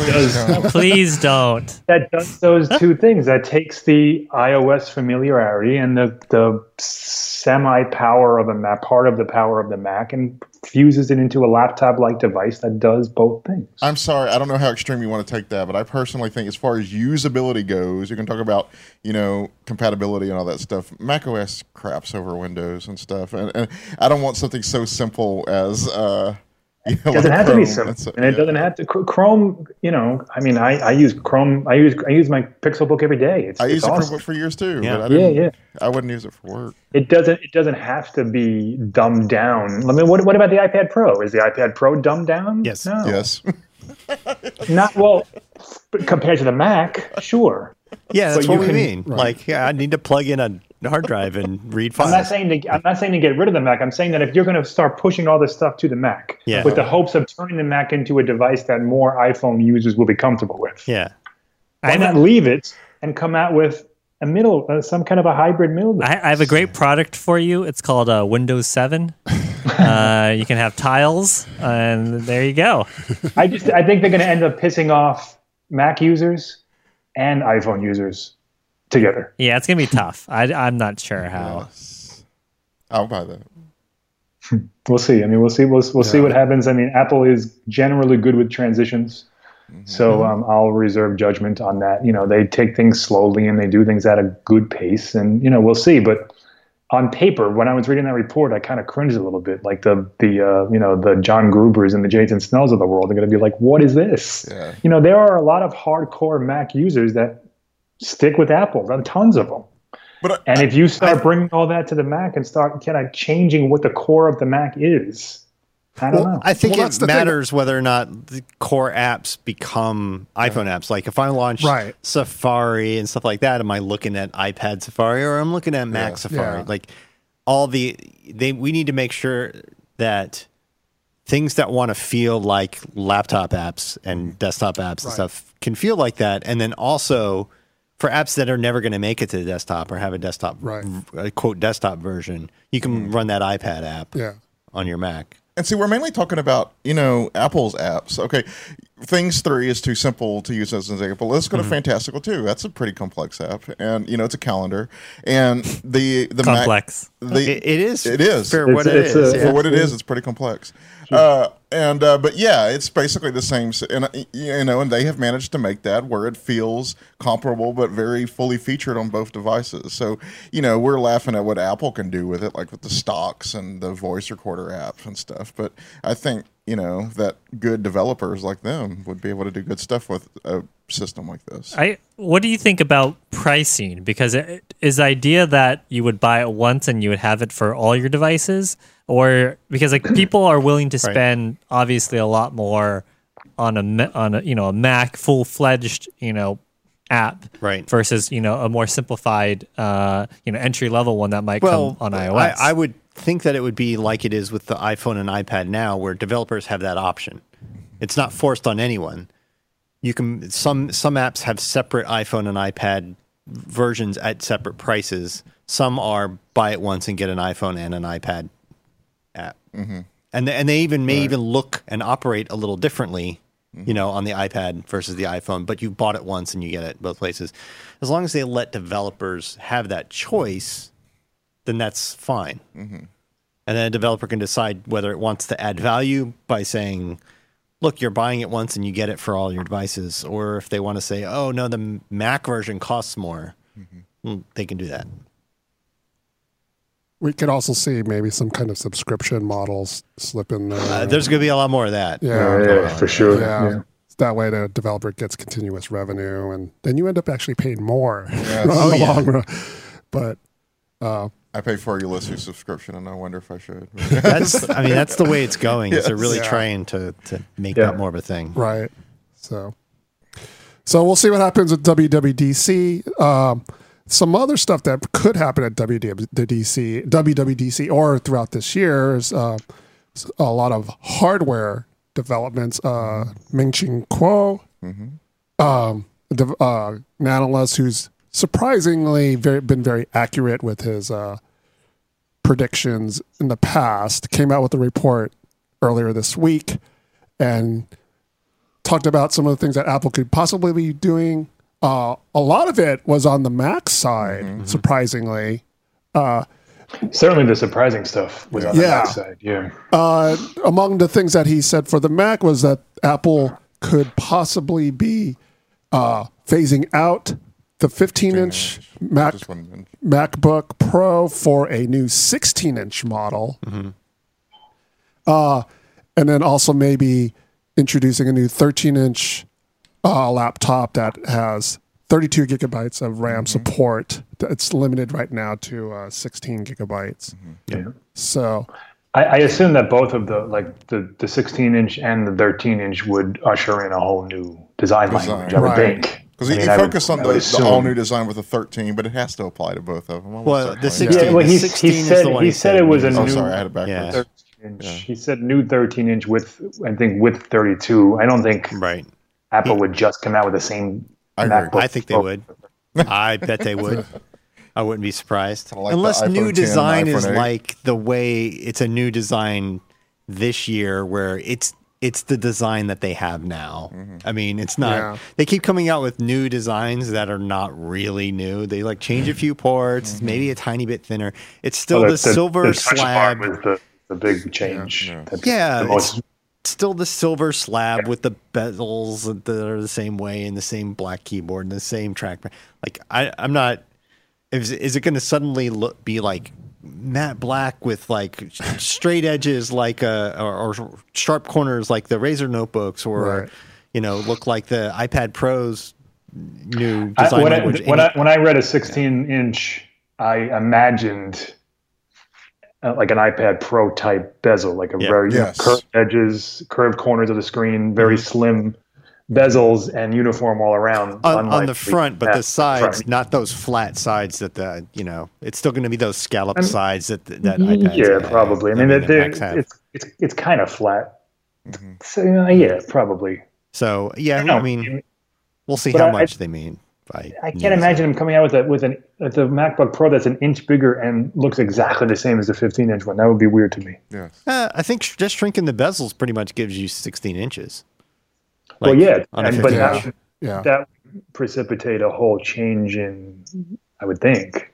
D: please don't.
C: that does those two things. That takes the iOS familiarity and the, the semi power of a Mac, part of the power of the Mac, and fuses it into a laptop like device that does both things.
B: I'm sorry, I don't know how extreme you want to take that, but I personally think, as far as usability goes, you can talk about you know compatibility and all that stuff. Mac OS craps over Windows and stuff, and, and I don't want something so simple as. Uh, [laughs] you know,
C: It doesn't
B: like
C: have to be
B: Chrome.
C: simple,
B: That's-
C: and it
B: yeah.
C: doesn't have to. Chr- Chrome, you know, I mean, I, I use Chrome. I use I use my Pixelbook every day. It's,
B: I
C: it's
B: used it
C: awesome.
B: for, for years too,
E: Yeah.
B: but I
C: Yeah,
B: didn't.
C: yeah.
B: I wouldn't use it for work.
C: It doesn't. It doesn't have to be dumbed down. I mean, what, what about the iPad Pro? Is the iPad Pro dumbed down?
E: Yes.
C: No.
B: Yes. [laughs]
C: Not well. but Compared to the Mac, sure.
E: Yeah, that's
C: But
E: what
C: you
E: we
C: can-
E: mean. Like, yeah, I need to plug in a hard drive and read
C: I'm not
E: files.
C: saying to, I'm not saying to get rid of the Mac. I'm saying that if you're going to start pushing all this stuff to the Mac,
E: Yeah.
C: with the hopes of turning the Mac into a device that more iPhone users will be comfortable with,
E: Yeah.
C: why not leave it and come out with a middle, uh, some kind of a hybrid middle?
D: I, I have a great product for you. It's called uh, Windows 7. Uh, you can have tiles, and there you go.
C: I just I think they're going to end up pissing off Mac users and iPhone users together.
D: Yeah, it's gonna be tough. I, I'm not sure how.
B: I'll buy that.
C: We'll see. I mean, we'll see. We'll, we'll see what happens. I mean, Apple is generally good with transitions, so um, I'll reserve judgment on that. You know, they take things slowly and they do things at a good pace, and you know, we'll see. But on paper, when I was reading that report, I kind of cringed a little bit. Like the the uh, you know the John Grubers and the Jason Snells of the world are going to be like, what is this?
B: Yeah.
C: You know, there are a lot of hardcore Mac users that stick with Apple. There are tons of them.
B: But I,
C: And if you start bringing all that to the Mac and start kind of changing what the core of the Mac is, I don't know.
E: I think
A: Well, that's
E: it
A: the thing.
E: matters whether or not the core apps become iPhone apps. Like if I launch
A: Right.
E: Safari and stuff like that, am I looking at iPad Safari or I'm looking at Mac Safari?
A: Yeah.
E: Like all the they we need to make sure that things that want to feel like laptop apps
A: Mm-hmm.
E: and desktop apps and stuff can feel like that. And then also for apps that are never going to make it to the desktop or have a desktop
A: Right. Mm-hmm.
E: a quote desktop version, you can run that iPad app
A: Yeah.
E: on your Mac.
B: and see, we're mainly talking about you know Apple's apps. Okay, Things Three is too simple to use as an example. Let's
E: Mm-hmm.
B: go to Fantastical Two. That's a pretty complex app, and you know it's a calendar. And the the Mac-
D: Complex.
B: the,
E: It, it is
B: It is.
E: for
B: It's-
E: what it
C: it's
E: is.
C: a-
E: yeah.
B: for what it is, it's pretty complex. Uh, and uh, but yeah, it's basically the same. s- And uh, y- you know, and they have managed to make that where it feels comparable, but very fully featured on both devices. So you know, we're laughing at what Apple can do with it, like with the stocks and the voice recorder app and stuff. But I think you know that good developers like them would be able to do good stuff with a system like this.
D: I what do you think about pricing? Because it, is the idea that you would buy it once and you would have it for all your devices, or because like people are
E: [clears throat]
D: willing to spend obviously a lot more on a ma- on a you know a Mac full fledged you know app
E: Right.
D: versus you know a more simplified uh, you know entry level one that might
E: well
D: come on
E: I-
D: iOS.
E: I, would think that it would be like it is with the iPhone and iPad now, where developers have that option. It's not forced on anyone. You can some some apps have separate iPhone and iPad versions at separate prices. Some are buy it once and get an iPhone and an iPad app, and they- and they even may even look and operate a little differently. You know, on the iPad versus the iPhone, but you bought it once and you get it both places. As long as they let developers have that choice, then that's fine. And then a developer can decide whether it wants to add value by saying, look, you're buying it once and you get it for all your devices. Or if they want to say, oh, no, the Mac version costs more, mm, they can do that.
A: We could also see maybe some kind of subscription models slip in there.
E: Uh, there's going to be a lot more of that.
A: yeah.
C: for sure.
A: Yeah. That way, the developer gets continuous revenue, and then you end up actually paying more [laughs] in
B: Oh,
A: the
B: yeah.
A: long run. But
B: I pay for a Ulysses subscription, and I wonder if I should.
E: That's, I mean, that's the way it's going. is They're really
A: Yes. Yeah.
E: trying to, to make
C: Yeah.
E: that more of a thing.
A: Right. So, so we'll see what happens with WWDC. Um, some other stuff that could happen at WWDC, WWDC, or throughout this year is uh, a lot of hardware developments. Uh, Ming-Ching Kuo, um, the, uh, an analyst who's surprisingly very, been very accurate with his uh, predictions in the past, came out with a report earlier this week, and talked about some of the things that Apple could possibly be doing. Uh, a lot of it was on the Mac side, surprisingly.
C: Certainly, the surprising stuff was on the
A: Yeah.
C: back side. Yeah.
A: Uh, among the things that he said for the Mac was that Apple could possibly be uh, phasing out the 15 inch Mac
B: Just one.
A: MacBook Pro for a new 16 inch model.
C: Mm-hmm.
A: Uh, and then also maybe introducing a new 13 inch uh, laptop that has 32 gigabytes of
C: Mm-hmm.
A: RAM support. It's limited right now to uh, 16 gigabytes.
C: Yeah.
A: So,
C: I, I assume that both of the like the, the 16 inch and the 13 inch would usher in a whole new design, language. I would
A: right.
C: think
B: Because
C: I
B: he,
C: mean,
B: he
C: I would-
B: focused
C: I
B: on the,
C: would
B: the all new
C: assume.
B: design with the 13, but it has to apply to both of them. almost
E: Well,
B: certainly.
E: the 16
C: Yeah, well,
E: The
C: he, he
E: 16 is
C: said
E: the one
C: he
E: he
C: said
E: said.
C: it was a
B: Oh,
C: new
B: sorry, I had it backwards.
E: Yeah.
C: 13 inch. He said new 13 inch with I think with 32. I don't think
E: Right.
C: Apple would just come out with the same.
B: I agree.
C: MacBook
E: I think they
C: Pro.
E: would. I bet they would. I wouldn't be surprised.
B: like the
E: Unless
B: iPhone 10
E: new
B: and
E: design is
B: iPhone 8.
E: like the way it's a new design this year where it's it's the design that they have now. I mean, it's not
A: Yeah.
E: they keep coming out with new designs that are not really new. They like change a few ports, maybe a tiny bit thinner. It's still
C: Oh,
E: the, silver
C: the touch bar
E: slab.
C: was the, the big change. That's
E: Yeah,
C: the
E: it's
C: most-
E: still the silver slab with the bezels that are the same way and the same black keyboard and the same trackpad. Like I, I'm not. Is, is it going to suddenly look, be like matte black with like s- straight edges like uh or, or sharp corners like the Razer notebooks or
A: Right.
E: you know look like the iPad Pros new
C: I-
E: design
C: when, I,
E: language?
C: when,
E: Any-
C: I, when I read a 16 inch, I imagined uh, like an iPad Pro type bezel, like a
E: Yeah.
C: very
B: Yes.
C: curved edges, curved corners of the screen, very
E: Mm-hmm.
C: slim bezels, and uniform all around.
E: on, on
C: unlike
E: the front, but
C: Mac
E: the sides,
C: front.
E: not those flat sides that the you know, it's still going to be those scallop sides that the- that iPads
C: Yeah,
E: had.
C: probably. I mean,
E: the
C: they're-
E: Macs have. Mm-hmm.
C: it's, it's, it's kind of flat. So, uh, yeah, probably.
E: so yeah,
C: No,
E: I mean, we'll see
C: but
E: how
C: I-
E: much they mean by.
C: I can't
E: new design.
C: imagine him coming out with a with an with a MacBook Pro that's an inch bigger and looks exactly the same as the 15 inch one. That would be weird to me.
B: Yes.
E: Uh, I think sh- just shrinking the bezels pretty much gives you 16 inches.
C: well,
E: Like,
C: yeah,
E: on a
C: and- but
E: 15
C: that,
A: inch. yeah.
C: that would precipitate a whole change in, I would think.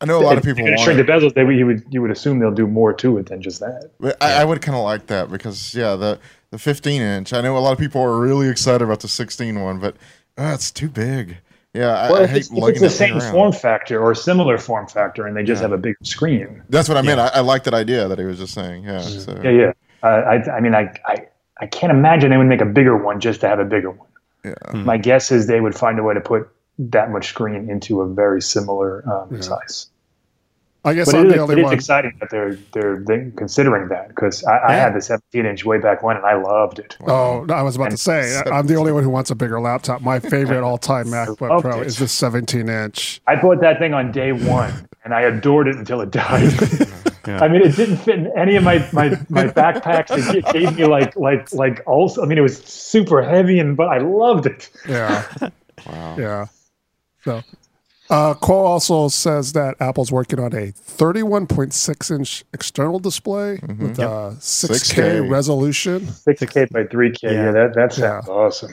B: I know a lot of people
C: If you
B: want
C: shrink
B: it.
C: the bezels, they would, you would you would assume they'll do more to it than just that.
B: But I, I would kind of like that because yeah, the the 15 inch. I know a lot of people are really excited about the 16 one, but uh, it's too big. Yeah, I, I
C: if
B: hate
C: it's, if
B: lugging
C: it's the
B: that thing
C: same
B: around.
C: form factor or similar form factor, and they just have a bigger screen.
B: That's what I meant. I, I like that idea that he was just saying. Yeah.
E: Mm.
B: So.
C: Yeah, yeah. Uh, I I mean, I, I I can't imagine they would make a bigger one just to have a bigger one.
B: Yeah.
C: My guess is they would find a way to put that much screen into a very similar um, size.
A: I guess
C: But
A: I'm
C: it
A: the
C: is, it
A: only
C: is
A: one.
C: exciting that they're they're, they considering that because I, I
E: Yeah.
C: had the 17 inch way back when and I loved it.
A: Oh, no, I was about to
C: [laughs]
A: say, I- I'm the only one who wants a bigger laptop. My favorite all time MacBook
C: love
A: Pro
C: it.
A: is the 17 inch.
C: I bought that thing on day one and I adored it until
A: [laughs]
C: it died. I mean, it didn't fit in any of my my, my backpacks. It g- gave me like like like also. I mean, it was super heavy and but I loved it.
A: Yeah. Yeah. So, uh, Quo also says that Apple's working on a 31.6 inch external display with uh, 6K,
B: 6K.
A: resolution.
C: Six K by three K. Yeah.
E: Yeah.
C: that that sounds awesome.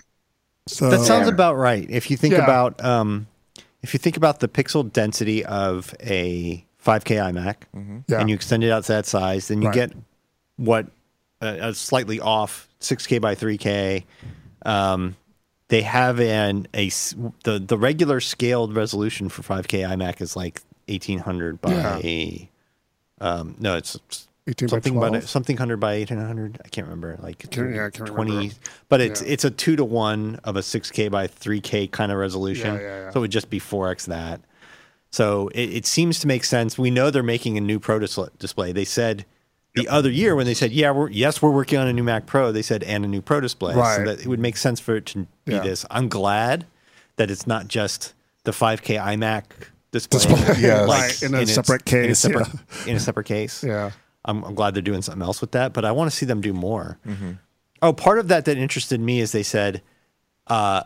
A: So,
E: That sounds
C: Yeah.
E: about right. If you think
A: Yeah.
E: about um, if you think about the pixel density of a 5K iMac,
A: Yeah.
E: and you extend it out to that size, then you
A: Right.
E: get what uh, a slightly off 6K by 3K. Um, they have an a s- the the regular scaled resolution for 5K iMac is like 1800 by um, no, it's it's
A: 18 by
E: something by
A: 12.
E: something hundred by 1800. I can't remember like
A: Can't- yeah, I can't remember.
E: but it's
A: Yeah.
E: it's a two to one of a six K by three K kind of resolution.
A: Yeah, yeah, yeah.
E: So it would just be four X that. So it, it seems to make sense. We know they're making a new Pro dis- display. They said the other year when they said, "Yeah, we're yes, we're working on a new Mac Pro," they said, "and a new Pro display."
A: Right.
E: So that it would make sense for it to be
A: Yeah.
E: this. I'm glad that it's not just the 5K iMac display,
A: Display, [laughs]
B: yes.
A: Right, in a
E: its-
A: separate
E: in a
A: case,
E: separate, in a separate case.
A: yeah.
E: I'm, I'm glad they're doing something else with that, but I want to see them do more. Oh, part of that that interested me is they said uh,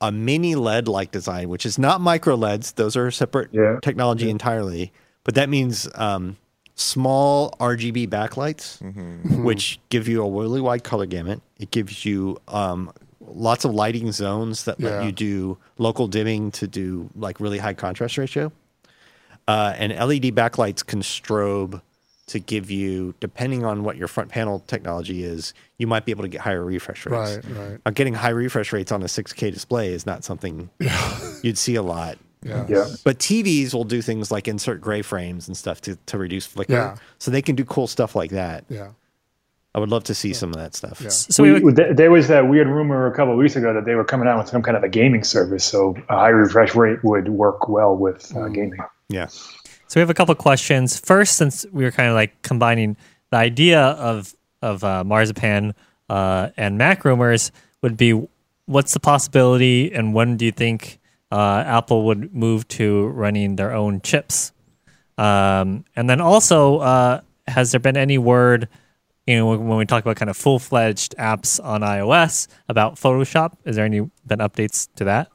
E: a mini LED like design, which is not micro LEDs; those are separate
C: Yeah.
E: technology entirely. But that means um, small RGB backlights, which give you a really wide color gamut. It gives you um, lots of lighting zones that
A: Yeah.
E: let you do local dimming to do like really high contrast ratio. Uh, and LED backlights can strobe to give you, depending on what your front panel technology is, you might be able to get higher refresh rates.
A: Right, right.
E: Now, Uh, getting high refresh rates on a 6K display is
A: [laughs]
E: not something you'd see a lot.
A: Yeah.
C: Yeah.
E: But TVs will do things like insert gray frames and stuff to, to reduce flicker.
A: Yeah.
E: So they can do cool stuff like that.
A: Yeah.
E: I would love to see some of that stuff.
A: Yeah.
D: So we,
C: We- th- there was that weird rumor a couple of weeks ago that they were coming out with some kind of a gaming service, so a high refresh rate would work well with uh, gaming.
E: Yeah.
D: So we have a couple questions. First, since we were kind of like combining the idea of of uh, marzipan uh, and Mac rumors, would be what's the possibility, and when do you think uh, Apple would move to running their own chips? Um, and then also, uh, has there been any word, you know, when we talk about kind of full fledged apps on iOS about Photoshop? Is there any been updates to that?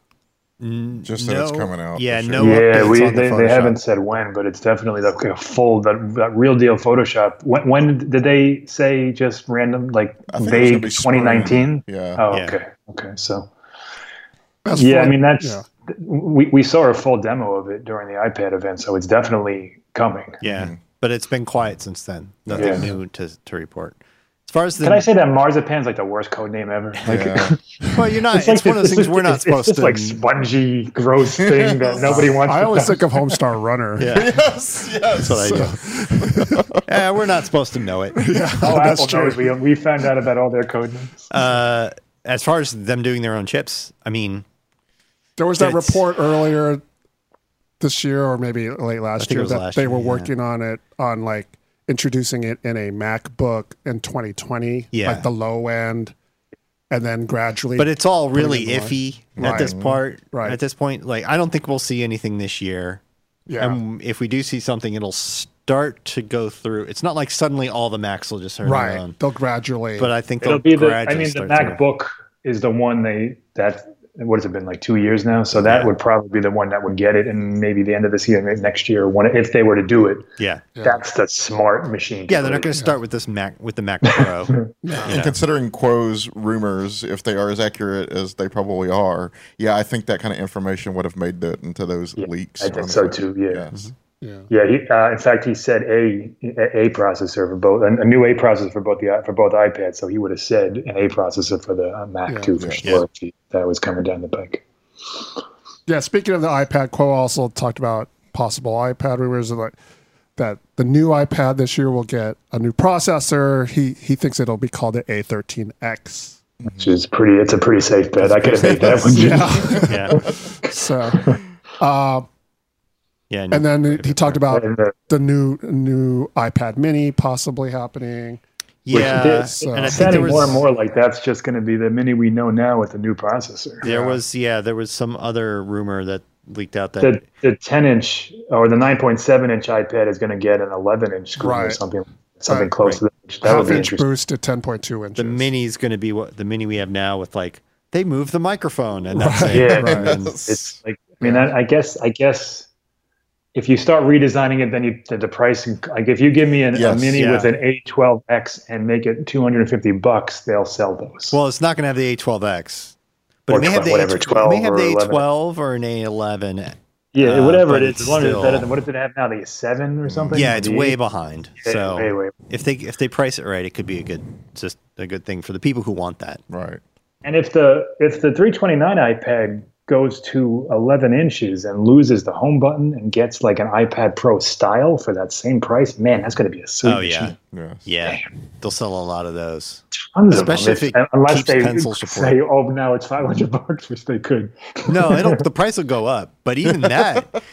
B: Just that it's coming out
E: Yeah,
B: this year.
E: no
C: Yeah,
E: updates
C: we,
E: on the
C: they, they
E: Photoshop.
C: haven't said when, but it's definitely like a full that, that real deal Photoshop. When, when did they say just random like
B: I think it's gonna
C: vague
B: be spring.
C: 2019?
B: Yeah.
C: Oh,
E: Yeah.
C: okay, okay. So
A: That's
C: yeah,
A: fun.
C: I mean that's
A: Yeah.
C: th- we we saw a full demo of it during the iPad event, so it's definitely coming.
E: Yeah.
B: Mm-hmm.
E: But it's been quiet since then. Nothing
C: Yeah.
E: new to, to report. As far as the
C: Can I say that Marzipan's like the worst code name ever?
E: Oh,
C: Like,
B: Yeah.
E: [laughs] well, you're not. It's, one of those things we're not
C: [laughs] it's-
E: supposed
C: it's just
E: to.
C: like spongy,
E: [laughs]
C: gross thing that nobody wants.
A: I
C: to
A: always
C: touch.
A: think of Homestar Runner.
E: yeah,
B: yes, yes.
E: that's what I do. [laughs] yeah, we're not supposed to know it.
A: [laughs]
C: oh,
A: [laughs] that's
C: Apple knows we, we found out about all their code names.
E: Uh, as far as them doing their own chips, I mean,
A: There was that
E: That's-
A: report earlier this year, or maybe late last
E: think it
A: year,
E: was
A: that
E: last
A: they
E: year,
A: were
E: yeah.
A: working on it on like introducing it in a MacBook in 2020,
E: Yeah.
A: like the low end, and then gradually.
E: but it's all really
A: it in line.
E: iffy
A: Right.
E: at this part.
A: Right.
E: At this point, like I don't think we'll see anything this year.
A: yeah,
E: And if we do see something, it'll start to go through. It's not like suddenly all the Macs will just turn
A: right.
E: around.
A: They'll gradually.
E: But I think they'll
C: It'll be the. I
E: gradually
C: mean, the
E: start to-
C: MacBook is the one they that. What has it been like two years now? So that would probably be the one that would get it, and maybe the end of this year, maybe next year, when if they were to do it.
E: [laughs] Yeah.
A: Yeah.
C: That's the smart machine.
E: Yeah, they're not
C: do
E: going
C: it.
E: to start with this Mac with the Mac
A: [laughs]
E: Pro.
B: And considering Quo's rumors, if they are as accurate as they probably are, yeah, I think that kind of information would have made that into those leaks.
C: I think so
B: honestly.
C: too. Yeah.
B: Yes.
A: yeah.
C: Yeah, he, uh, in fact, he said a a processor for both a, a new a processor for both the i- for both iPads. So he would have said an a processor for the uh, Mac
A: Yeah.
C: too for
B: Yeah.
C: sure. if he- That was coming down the pike.
A: Yeah, speaking of the iPad, Quo also talked about possible iPad rumors and like that the new iPad this year will get a new processor. He he thinks it'll be called the A13X.
C: Which is pretty. It's a pretty safe bet. I could have made that one.
A: Yeah.
E: yeah.
A: so, [laughs] uh,
E: Yeah.
A: and then he- he talked about
C: [laughs] And, uh,
A: the new new iPad Mini possibly happening.
E: yeah.
C: this-
E: and I
A: it's
E: think there
C: sounding
E: was
C: more and more like that's just going to be the mini we know now with the new processor.
E: There was yeah, there was some other rumor that leaked out that
C: The the ten inch or the nine point seven inch iPad is going to get an eleven inch screen or
A: Right.
C: something something
A: Right,
C: close to that. That would
A: Half
C: be
A: inch
C: interesting.
A: boost to ten point two inches.
E: the mini is going to be what the mini we have now with like they moved the microphone and that's it.
C: Yeah.
E: And then-
C: It's like I mean I, I guess I guess if you start redesigning it, then you the, the pricing like if you give me an,
B: Yes,
C: a mini
E: yeah.
C: with an A twelve X and make it two hundred and fifty bucks, they'll sell those.
E: well, it's not going to have the A12X, but
C: Or
E: it may have
C: tw-
E: the
C: whatever,
E: A12, it may
C: 12
E: have
C: or
E: the
C: 11.
E: A12 or an A11.
C: yeah,
E: uh,
C: whatever
E: but
C: it is,
E: it's
C: as long as it's
E: still-
C: better than what do they have now, the seven or something.
E: Yeah, it's
C: The
E: way
C: eight?
E: behind.
C: Yeah,
E: So
C: way, way
E: if they if they price it right, it could be a good just a good thing for the people who want that.
B: Right.
C: And if the if the 329 iPad goes to 11 inches and loses the home button and gets like an iPad Pro style for that same price, man, that's going to be a sweet
E: Oh yeah.
C: machine.
B: Yes.
E: Yeah. They'll sell a lot of those.
C: Tons of
E: Especially
C: them,
E: if it
C: unless
E: keeps
C: they
E: pencil support.
C: say, "Oh, now it's 500 [laughs] bucks," which
E: [laughs]
C: they could.
E: No, it'll the price will go up, but even that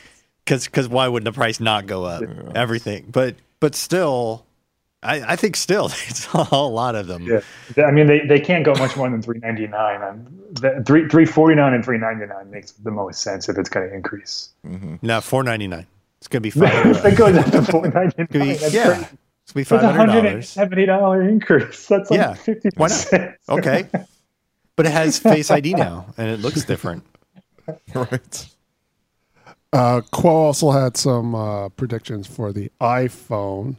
E: cuz cuz why wouldn't the price not go up? Everything. But but still I, I think still [laughs] there's a lot of them.
C: Yeah, I mean, they, they can't go much more than 399. And the, three 349 and 399 makes the most sense if it's going to increase. [laughs]
E: No, 4.99. It's going to be
C: if
E: 500.
C: it goes up to 499,
E: It's gonna be-
C: that's
E: yeah.
C: crazy.
E: It's going to be
C: That's a
E: $500.
C: $170 increase. That's like
E: Yeah.
C: 50%.
E: Why not? Oh,
C: [laughs]
E: Okay. But it has Face ID now and it looks different.
B: [laughs] Right.
A: Uh, Quo also had some uh, predictions for the iPhone,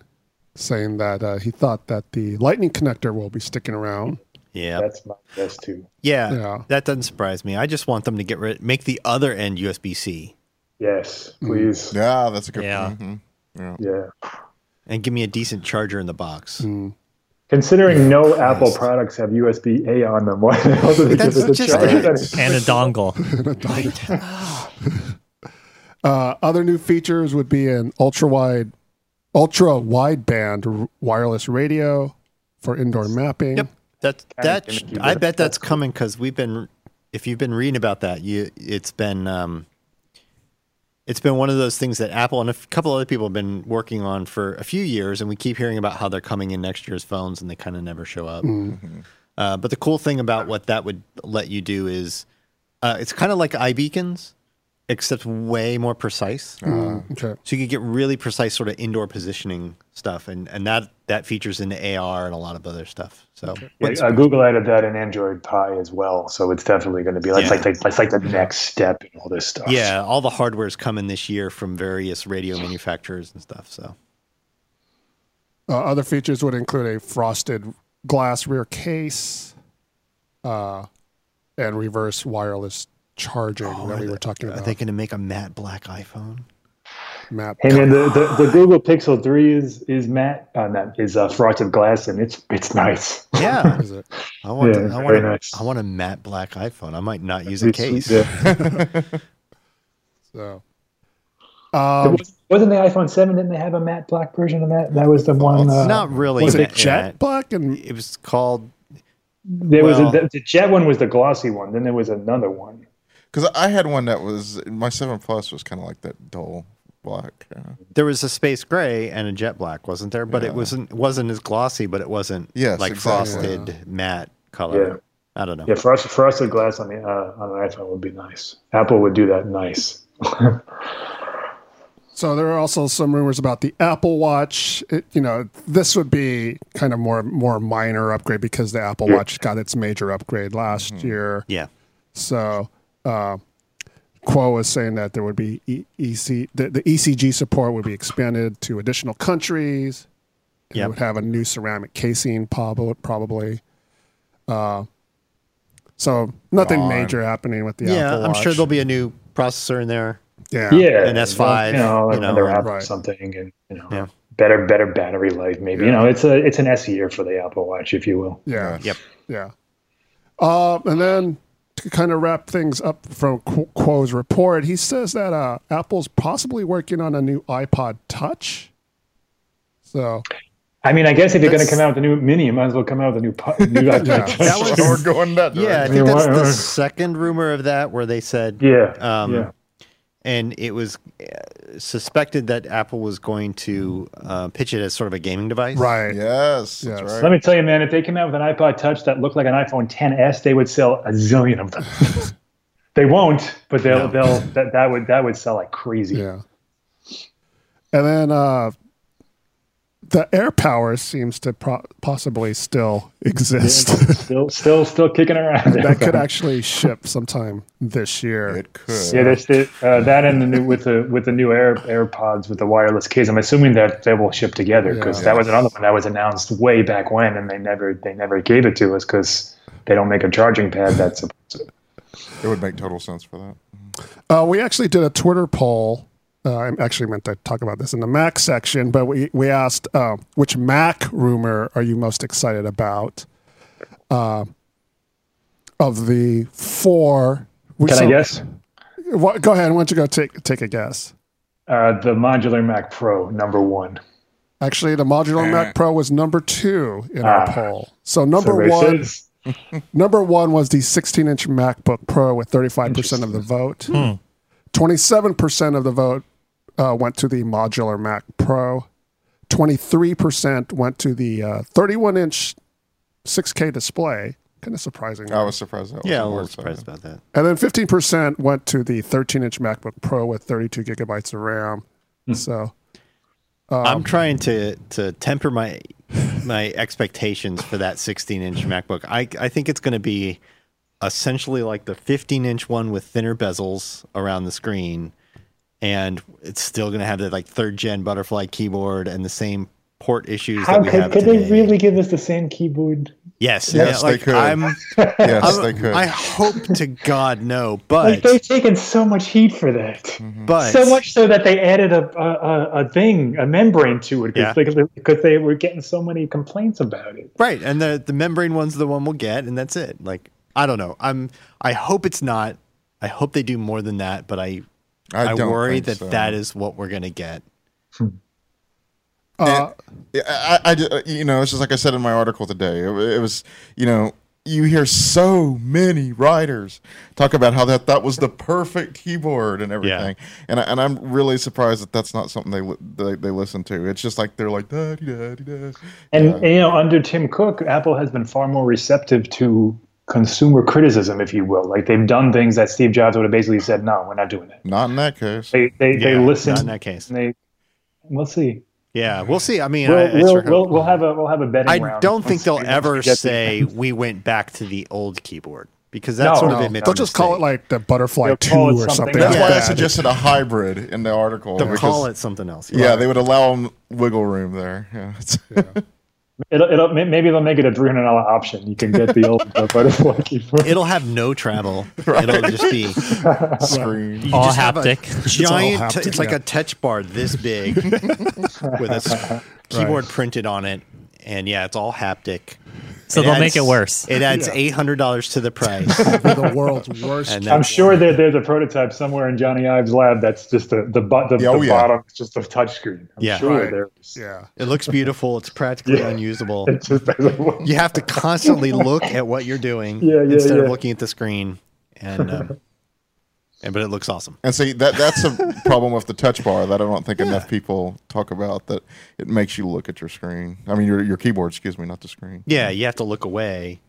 A: saying that uh, he thought that the Lightning connector will be sticking around.
E: Yeah.
C: That's my guess too.
E: yeah,
A: Yeah.
E: That doesn't surprise me. I just want them to get rid, make the other end USB C,
C: Yes,
E: Mm,
C: please.
B: Yeah, that's a good.
D: Yeah.
B: mhm. yeah.
C: Yeah.
E: and give me a decent charger in the box.
C: Considering no Apple products have USB A on them, why the hell do they give
E: That's
C: us a
E: just
C: charger?
E: it.
C: [laughs] that-
D: and a dongle.
A: Uh, other new features would be an ultra wide, ultra wideband r- wireless radio for indoor mapping.
E: Yep. That that
C: gimmicky,
E: I
C: but
E: bet that's coming because we've been if you've been reading about that you it's been um, it's been one of those things that Apple and a f- couple other people have been working on for a few years, and we keep hearing about how they're coming in next year's phones, and they kind of never show up. Uh, but the cool thing about what that would let you do is uh, it's kind of like iBeacons, except way more precise.
A: Uh-huh. Uh, Okay.
E: So you could get really precise sort of indoor positioning stuff, and, and that that features into AR and a lot of other stuff. So
C: Yeah, uh, Google added that in Android Pie as well, so it's definitely going to be like,
E: Yeah.
C: like the, it's like the next step in all this stuff.
E: Yeah, all the hardware's coming this year from various radio manufacturers and stuff. So
A: Uh, other features would include a frosted glass rear case, uh, and reverse wireless charging that we were talking
E: are
A: about.
E: they going to make a matte black iPhone?
A: Map.
C: Hey man, the, the, the Google Pixel Three is is matte on that is uh, frosted glass, and it's it's nice. [laughs]
E: Yeah,
A: Is it?
E: I want.
C: Yeah,
E: to- I
C: very
E: want. A,
C: nice.
E: I want a matte black iPhone. I might not use a case.
C: Yeah.
A: So, um,
C: Wasn't the iPhone Seven? Didn't they have a matte black version of that? That was the one. Uh,
E: Not really.
A: was it
E: matte-
A: jet black and
E: matte. It was called.
C: there
E: well-
C: was a, the, the jet one was the glossy one. Then there was another one.
B: Because I had one that was my seven plus was kind of like that dull black. Uh,
E: There was a space gray and a jet black, wasn't there? But it wasn't wasn't as glossy, but it wasn't
B: Yes,
E: like
B: exactly.
E: frosted matte color. I don't know.
C: Yeah, frost, frosted glass on the uh, on an iPhone would be nice. Apple would do that nice.
A: so there are also some rumors about the Apple Watch. It, you know, this would be kind of more more minor upgrade because the Apple Watch got its major upgrade last year.
E: Yeah.
A: So, uh, Quo was saying that there would be e- EC the, the ECG support would be expanded to additional countries. And
E: Yep.
A: It would have a new ceramic casing, probably. Probably. Uh, so nothing
B: Come on.
A: major happening with the
E: Yeah,
A: Apple
E: I'm
A: Watch.
E: sure there'll be a new processor in there.
A: Yeah.
C: Yeah,
E: An S5,
C: You know, like
E: you know,
C: another app or
A: right.
C: something, and you know,
E: Yeah.
C: better better battery life. Maybe you know, it's a it's an S year for the Apple Watch, if you will.
A: Yeah.
E: Yep.
A: Yeah. Uh, and then to kind of wrap things up from Qu- Quo's report, he says that uh, Apple's possibly working on a new iPod Touch. So
C: I mean, I guess if you're going to
E: That's-
C: come out with a new mini, you might as well come out with a new
E: [laughs]
C: pu- new iPod
A: Yeah.
B: [laughs]
C: Touch.
E: That was-
B: so we're going that
E: Yeah, I
B: direction.
E: think that's the
C: why-
E: second rumor of that where they said
C: yeah,
E: Um,
C: yeah.
E: and it was uh, suspected that Apple was going to uh, pitch it as sort of a gaming device.
A: right.
B: Yes,
A: Yes.
B: that's right.
C: Let me tell you, man, if they came out with an iPod Touch that looked like an iPhone 10s, they would sell a zillion of
E: [laughs]
C: them. they won't, but they'll they'll that, that would that would sell like crazy.
A: Yeah. And then uh, the air power seems to pro- possibly still exist. [laughs]
C: Still, still, still kicking around.
A: that could actually ship sometime this year.
B: It could.
C: yeah, that's the, uh, that and the new with the with the new Air AirPods with the wireless case. I'm assuming that they will ship together because
A: Yeah.
C: that was another one that was announced way back when, and they never they never gave it to us because they don't make a charging pad that's
B: It would make total sense for that.
A: Uh, we actually did a Twitter poll. Uh, I actually meant to talk about this in the Mac section, but we, we asked uh, which Mac rumor are you most excited about? Uh, of the four, we,
C: Can I
A: so-
C: guess?
A: wha- go ahead. Why don't you go take take a guess?
C: Uh, the modular Mac Pro number one.
A: Actually, the modular Mac Pro was number two in our
C: Ah.
A: poll. So number
C: Survey
A: one,
C: says-
A: Number one was the 16 inch MacBook Pro with 35% of the vote. 27% of the vote uh, went to the modular Mac Pro. 23% went to the uh, 31 inch 6K display. Kind of surprising.
B: I was surprised. That
E: Yeah,
B: wasn't more
E: a little
B: exciting.
E: surprised about that.
A: And then 15% went to the 13 inch MacBook Pro with 32 gigabytes of RAM. So,
E: I'm trying to to temper my my expectations for that 16 inch MacBook. I I think it's going to be essentially like the 15 inch one with thinner bezels around the screen, and it's still going to have that like third gen butterfly keyboard and the same port issues
C: How
E: that we
C: could,
E: have
C: could
E: today.
C: they really give us the same keyboard?
E: Yes,
B: Yes,
E: yeah,
B: they
E: like,
B: could.
E: I'm,
B: yes,
E: I'm-
B: they could.
E: I hope to God no,
C: Like
E: but
C: they've taken so much heat for that.
E: but
C: So much so that they added a a, a, a thing, a membrane to it,
E: Yeah.
C: because because they were getting so many complaints about it.
E: right, and the the membrane one's the one we'll get, and that's it. Like I don't know. I'm I hope it's not. I hope they do more than that, but I
B: I
E: I,
B: don't
E: worry
B: think
E: that
B: so.
E: that is what we're gonna get.
A: Uh,
B: Yeah, I, I, I- you know, it's just like I said in my article today. It, it was, you know, you hear so many writers talk about how that that was the perfect keyboard and everything, and I, and I'm really surprised that that's not something they li- they, they listen to. It's just like they're like da da da da.
C: And, and, you know, under Tim Cook, Apple has been far more receptive to consumer criticism, if you will. Like they've done things that Steve Jobs would have basically said, "No, we're not doing that."
B: Not in that case.
C: They they, they
E: Yeah,
C: listen.
E: not in that case.
C: And they, we'll see.
E: Yeah, we'll see. I mean,
C: We'll,
E: I, I,
C: we'll,
E: sure hope-
C: we'll, we'll have a we'll have a betting
E: I
C: round.
E: don't think they'll
C: Once we
E: ever
C: get to-
E: say we went back to the old keyboard because that's
C: No,
E: sort
C: no,
E: of a
A: they'll just call it like the Butterfly
C: They'll
A: 2
C: call
A: or
C: it
A: something.
C: something
B: That's
A: like
B: why I
A: that.
B: suggested a hybrid in the article.
E: they'll call
B: because-
E: it something else.
B: Yeah, they would allow them wiggle room there. Yeah.
C: [laughs]
B: [laughs]
C: it'll, it'll may- maybe they'll make it a three hundred dollar option. You can get
E: [laughs]
C: the old uh, butterfly keyboard.
E: it'll have
B: [laughs]
E: no travel. It'll just be
B: Screen.
E: [laughs] you
D: All
E: just have a [laughs]
D: haptic. It's
A: all
E: giant.
A: haptic,
E: t- it's like
A: yeah.
E: a touch bar this big with a s- keyboard printed on it, and yeah, it's all haptic.
D: So they'll make it
E: adds-
D: worse.
E: It adds eight hundred dollars to the price.
A: [laughs] the
B: [laughs]
A: world's worst.
E: And
C: I'm
E: that's-
C: sure that there's a prototype somewhere in Johnny Ives' lab that's just the the, bu- the,
B: Yeah, oh
C: the
B: yeah.
C: bottom, it's just a touchscreen. I'm
E: Yeah.
C: sure
A: Right.
C: there is.
A: yeah.
E: it looks beautiful. It's practically
C: Yeah.
E: unusable.
C: [laughs] It's just
E: You have to constantly look at what you're doing
C: Yeah, yeah,
E: instead of
C: yeah.
E: looking at the screen, and um, and but it looks awesome.
B: And see that that's
E: [laughs]
B: a problem with the touch bar that I don't think enough people talk about that it makes you look at your screen. I mean your your keyboard, excuse me, not the screen. Mm-hmm.
E: Yeah, you have to look away.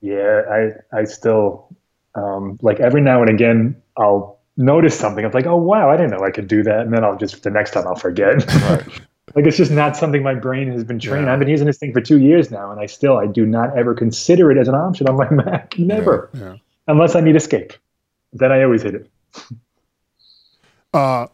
C: Yeah, I I still um, like every now and again I'll notice something. I'm like, oh wow, I didn't know I could do that, and then I'll just the next time I'll forget. [laughs] like it's just not something my brain has been trained. I've been using this thing for two years now, and I still I do not ever consider it as an option on my [laughs] Mac. Never,
A: yeah.
C: unless I need escape. Then I always hit it.
A: Uh,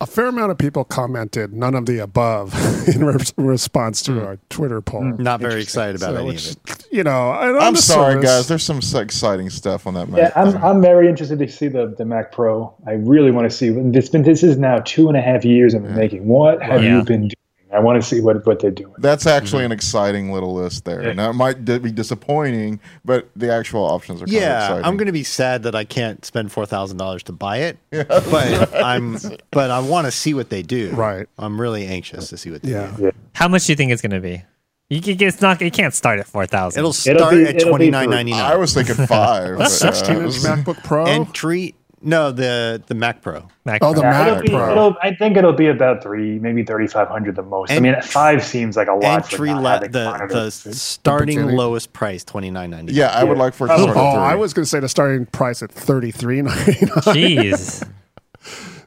A: a fair amount of people commented none of the above [laughs] in re- response
B: Hmm.
A: to our Twitter poll.
E: Not very excited about
A: So,
E: any
A: which,
E: of it.
A: you know, I
B: I'm sorry guys, there's some s- exciting stuff on that Um,
C: Yeah,
B: Mac.
C: I'm,
B: thing.
C: I'm very interested to see the, the Mac Pro. I really want to see. It's been this is now two and a half years in the making. What have
D: Yeah.
C: you been doing? I want to see what what they're doing.
B: that's actually an
E: Mm-hmm.
B: exciting little list there.
C: Yeah.
B: Now it might d- be disappointing, but the actual options are kind of
E: Yeah,
B: exciting.
E: I'm gonna be sad that I can't spend four thousand dollars to buy it. but I'm but I want to see what they do.
A: Right.
E: I'm really anxious to see what they
A: Yeah.
E: do.
D: How much do you think it's going to be? You can, it's not. It can't start at four thousand.
E: It'll start
C: be-
E: at
C: it'll
E: twenty
C: be
E: nine ninety
B: I
E: nine.
B: was
E: [laughs]
B: thinking five. but, uh,
A: 16 inch MacBook Pro.
E: Entry no the the Mac Pro.
D: Mac [laughs]
A: oh, the
D: Pro.
A: Mac
C: It'll be,
A: Pro.
C: it'll, I think it'll be about three, maybe thirty-five hundred the most. I
E: Ent-
C: mean, five seems like a lot. for
E: Entry
C: not
E: le- the
C: having
E: the
C: monitors.
E: starting
A: beginning.
E: lowest price twenty nine ninety nine.
B: yeah, I would like for it to
A: Oh,
B: start at three.
A: I was going to say the starting price at thirty three ninety nine.
D: Jeez,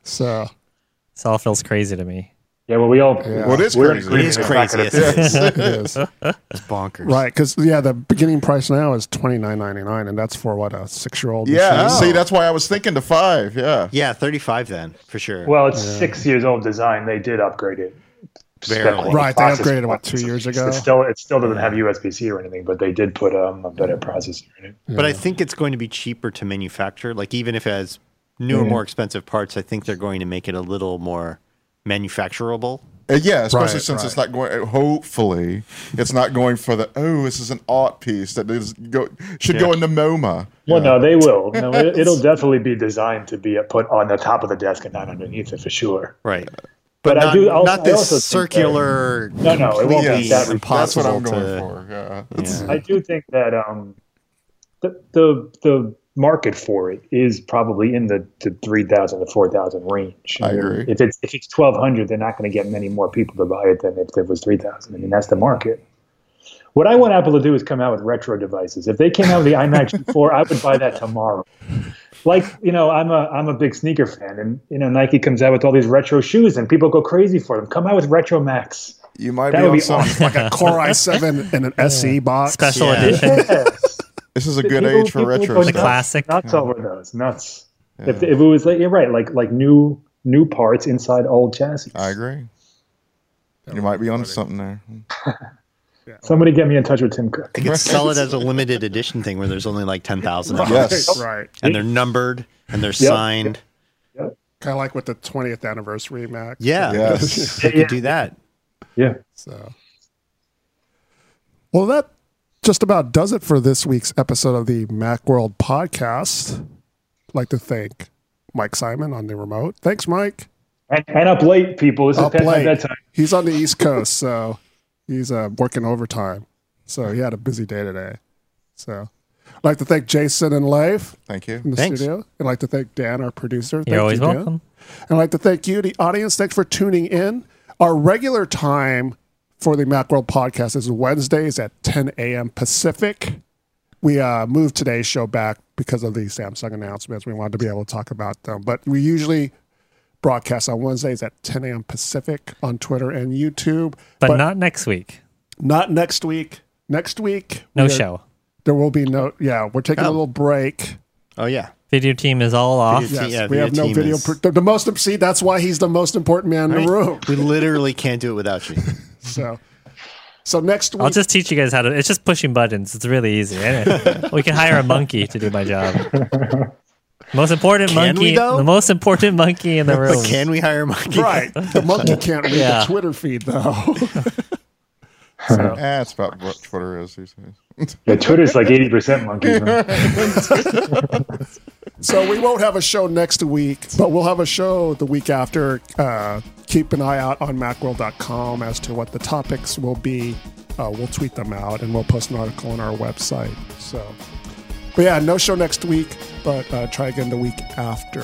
A: So
D: this all feels crazy to me.
C: yeah, well, we all
B: Well, it is
C: we're in
B: crazy.
E: It
C: agreement
E: is
C: it's not
E: crazy.
C: gonna
E: It's,
C: fit.
E: it's,
A: it
E: [laughs]
A: is
E: bonkers.
A: right because yeah, the beginning price now is twenty nine ninety nine, and that's for what a six year old.
B: Yeah,
E: Oh.
B: see that's why I was thinking to five. Yeah.
E: Yeah, thirty five then for sure.
C: Well, it's six years old design. They did upgrade it.
E: Barely.
C: Spec-wise.
A: Right, they
C: Process-
A: upgraded, what, two years ago?
C: It still, it still doesn't have USB C or anything, but they did put um, a better processor in it.
E: But I think it's going to be cheaper to manufacture. Like even if it has newer, more expensive parts, I think they're going to make it a little more manufacturable.
B: Uh, yeah, especially
A: Right,
B: since it's
A: right.
B: not going. uh, Hopefully, it's not going for the oh, this is an art piece that is go should go into MoMA.
C: Well, no, they will.
A: [laughs]
C: No, it, it'll definitely be designed to be put on the top of the desk and not underneath it for sure.
E: Right. But,
C: But I
E: not,
C: do also-
E: not
C: I
E: this
C: also think that-
E: circular.
C: No, no, it won't
E: completely
C: be that.
B: that's what I'm
E: impossible
B: going
E: to-
B: for. Yeah.
C: I do think that um, the the the market for it is probably in the, the three thousand to four thousand range.
B: I agree.
C: If it's if it's twelve hundred, they're not going to get many more people to buy it than if it was three thousand. I mean, that's the market. What I want Apple to do is come out with retro devices. If they came out with the iMac
B: [laughs]
C: G4, I would buy that tomorrow. Like you know, I'm a I'm a big sneaker fan, and you know Nike comes out with all these retro shoes, and people go crazy for them. Come out with retro Macs.
B: [laughs] You might
C: That
B: be
C: would
B: on
C: be
B: something.
A: like
D: [laughs]
A: a Core i seven and an SE box.
D: Special
E: Yeah.
C: [laughs]
D: edition.
C: Yes.
B: This is a good
C: People-
B: age for
C: people
B: retro.
C: go
D: The
B: stuff.
C: nuts-
D: classic.
C: Nuts over those nuts. If, if it was like you're right, like like new new parts inside old chassis.
B: I agree. You might be on something there.
C: Somebody get me in touch with Tim Cook.
E: They could sell it as a limited edition thing where there's only like 10,000 of them.
B: Yes.
A: Right.
E: And they're numbered and they're signed.
A: Kind of like with the 20th anniversary Mac.
E: Yeah. [laughs]
B: Yes.
E: They could do that.
C: Yeah.
A: So, well, that just about does it for this week's episode of the Macworld podcast. I'd like to thank Mike Simon on the remote. Thanks, Mike.
C: And, and up late, people. This
A: Up
C: is past my
A: late.
C: bedtime.
A: He's on the East Coast, so he's uh, working overtime. So he had a busy day today. So, I'd like to thank Jason and Leif
B: Thank you.
A: in the
E: Thanks.
A: studio. I'd like to thank Dan, our producer. Thank
D: You're always
A: you, Dan.
D: welcome.
A: And I'd like to thank you, the audience. Thanks for tuning in. Our regular time for the Macworld podcast is Wednesdays at 10 a.m. Pacific. We uh, moved today's show back because of the Samsung announcements. We wanted to be able to talk about them, but we usually broadcast on Wednesdays at 10 a.m. Pacific on Twitter and YouTube.
D: But, not next week.
A: not next week. Next week,
D: No
A: we are-
D: show.
A: There will be no. Yeah, we're taking a
E: Oh.
A: little break.
E: Oh, yeah.
D: Video team is all off.
E: Video-
A: Yes,
E: yeah,
A: we have no
E: team
A: video.
E: is-
A: Pro- the, the most see. That's why he's the most important man in the room.
E: We literally can't do it without
C: [laughs]
E: you.
A: So, so next week,
D: I'll just teach you guys how to. It's just pushing buttons. It's really easy. Isn't it? we can hire a monkey to do my job. Most important
E: Can we,
D: monkey.
E: though?
D: the most important monkey in the room.
E: But can we hire a monkey?
A: right? The monkey can't read
D: Yeah.
A: the Twitter feed though.
B: Eh, That's about what Twitter is these days. [laughs]
C: Yeah, Twitter's like 80% monkeys. man.
A: so we won't have a show next week, but we'll have a show the week after. Uh, keep an eye out on macworld.com as to what the topics will be. Uh, we'll tweet them out and we'll post an article on our website. So, but yeah, no show next week, but uh, try again the week after.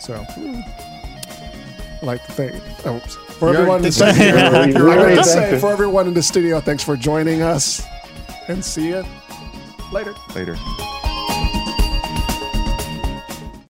A: So, I'd like to thank oh, for
B: You
A: everyone.
B: already
A: in the
B: thanked
A: studio-
C: me. You
A: I'd like
C: already
A: to
C: thanked
A: say
C: me.
A: for everyone in the studio, thanks for joining us, and see you later.
B: Later.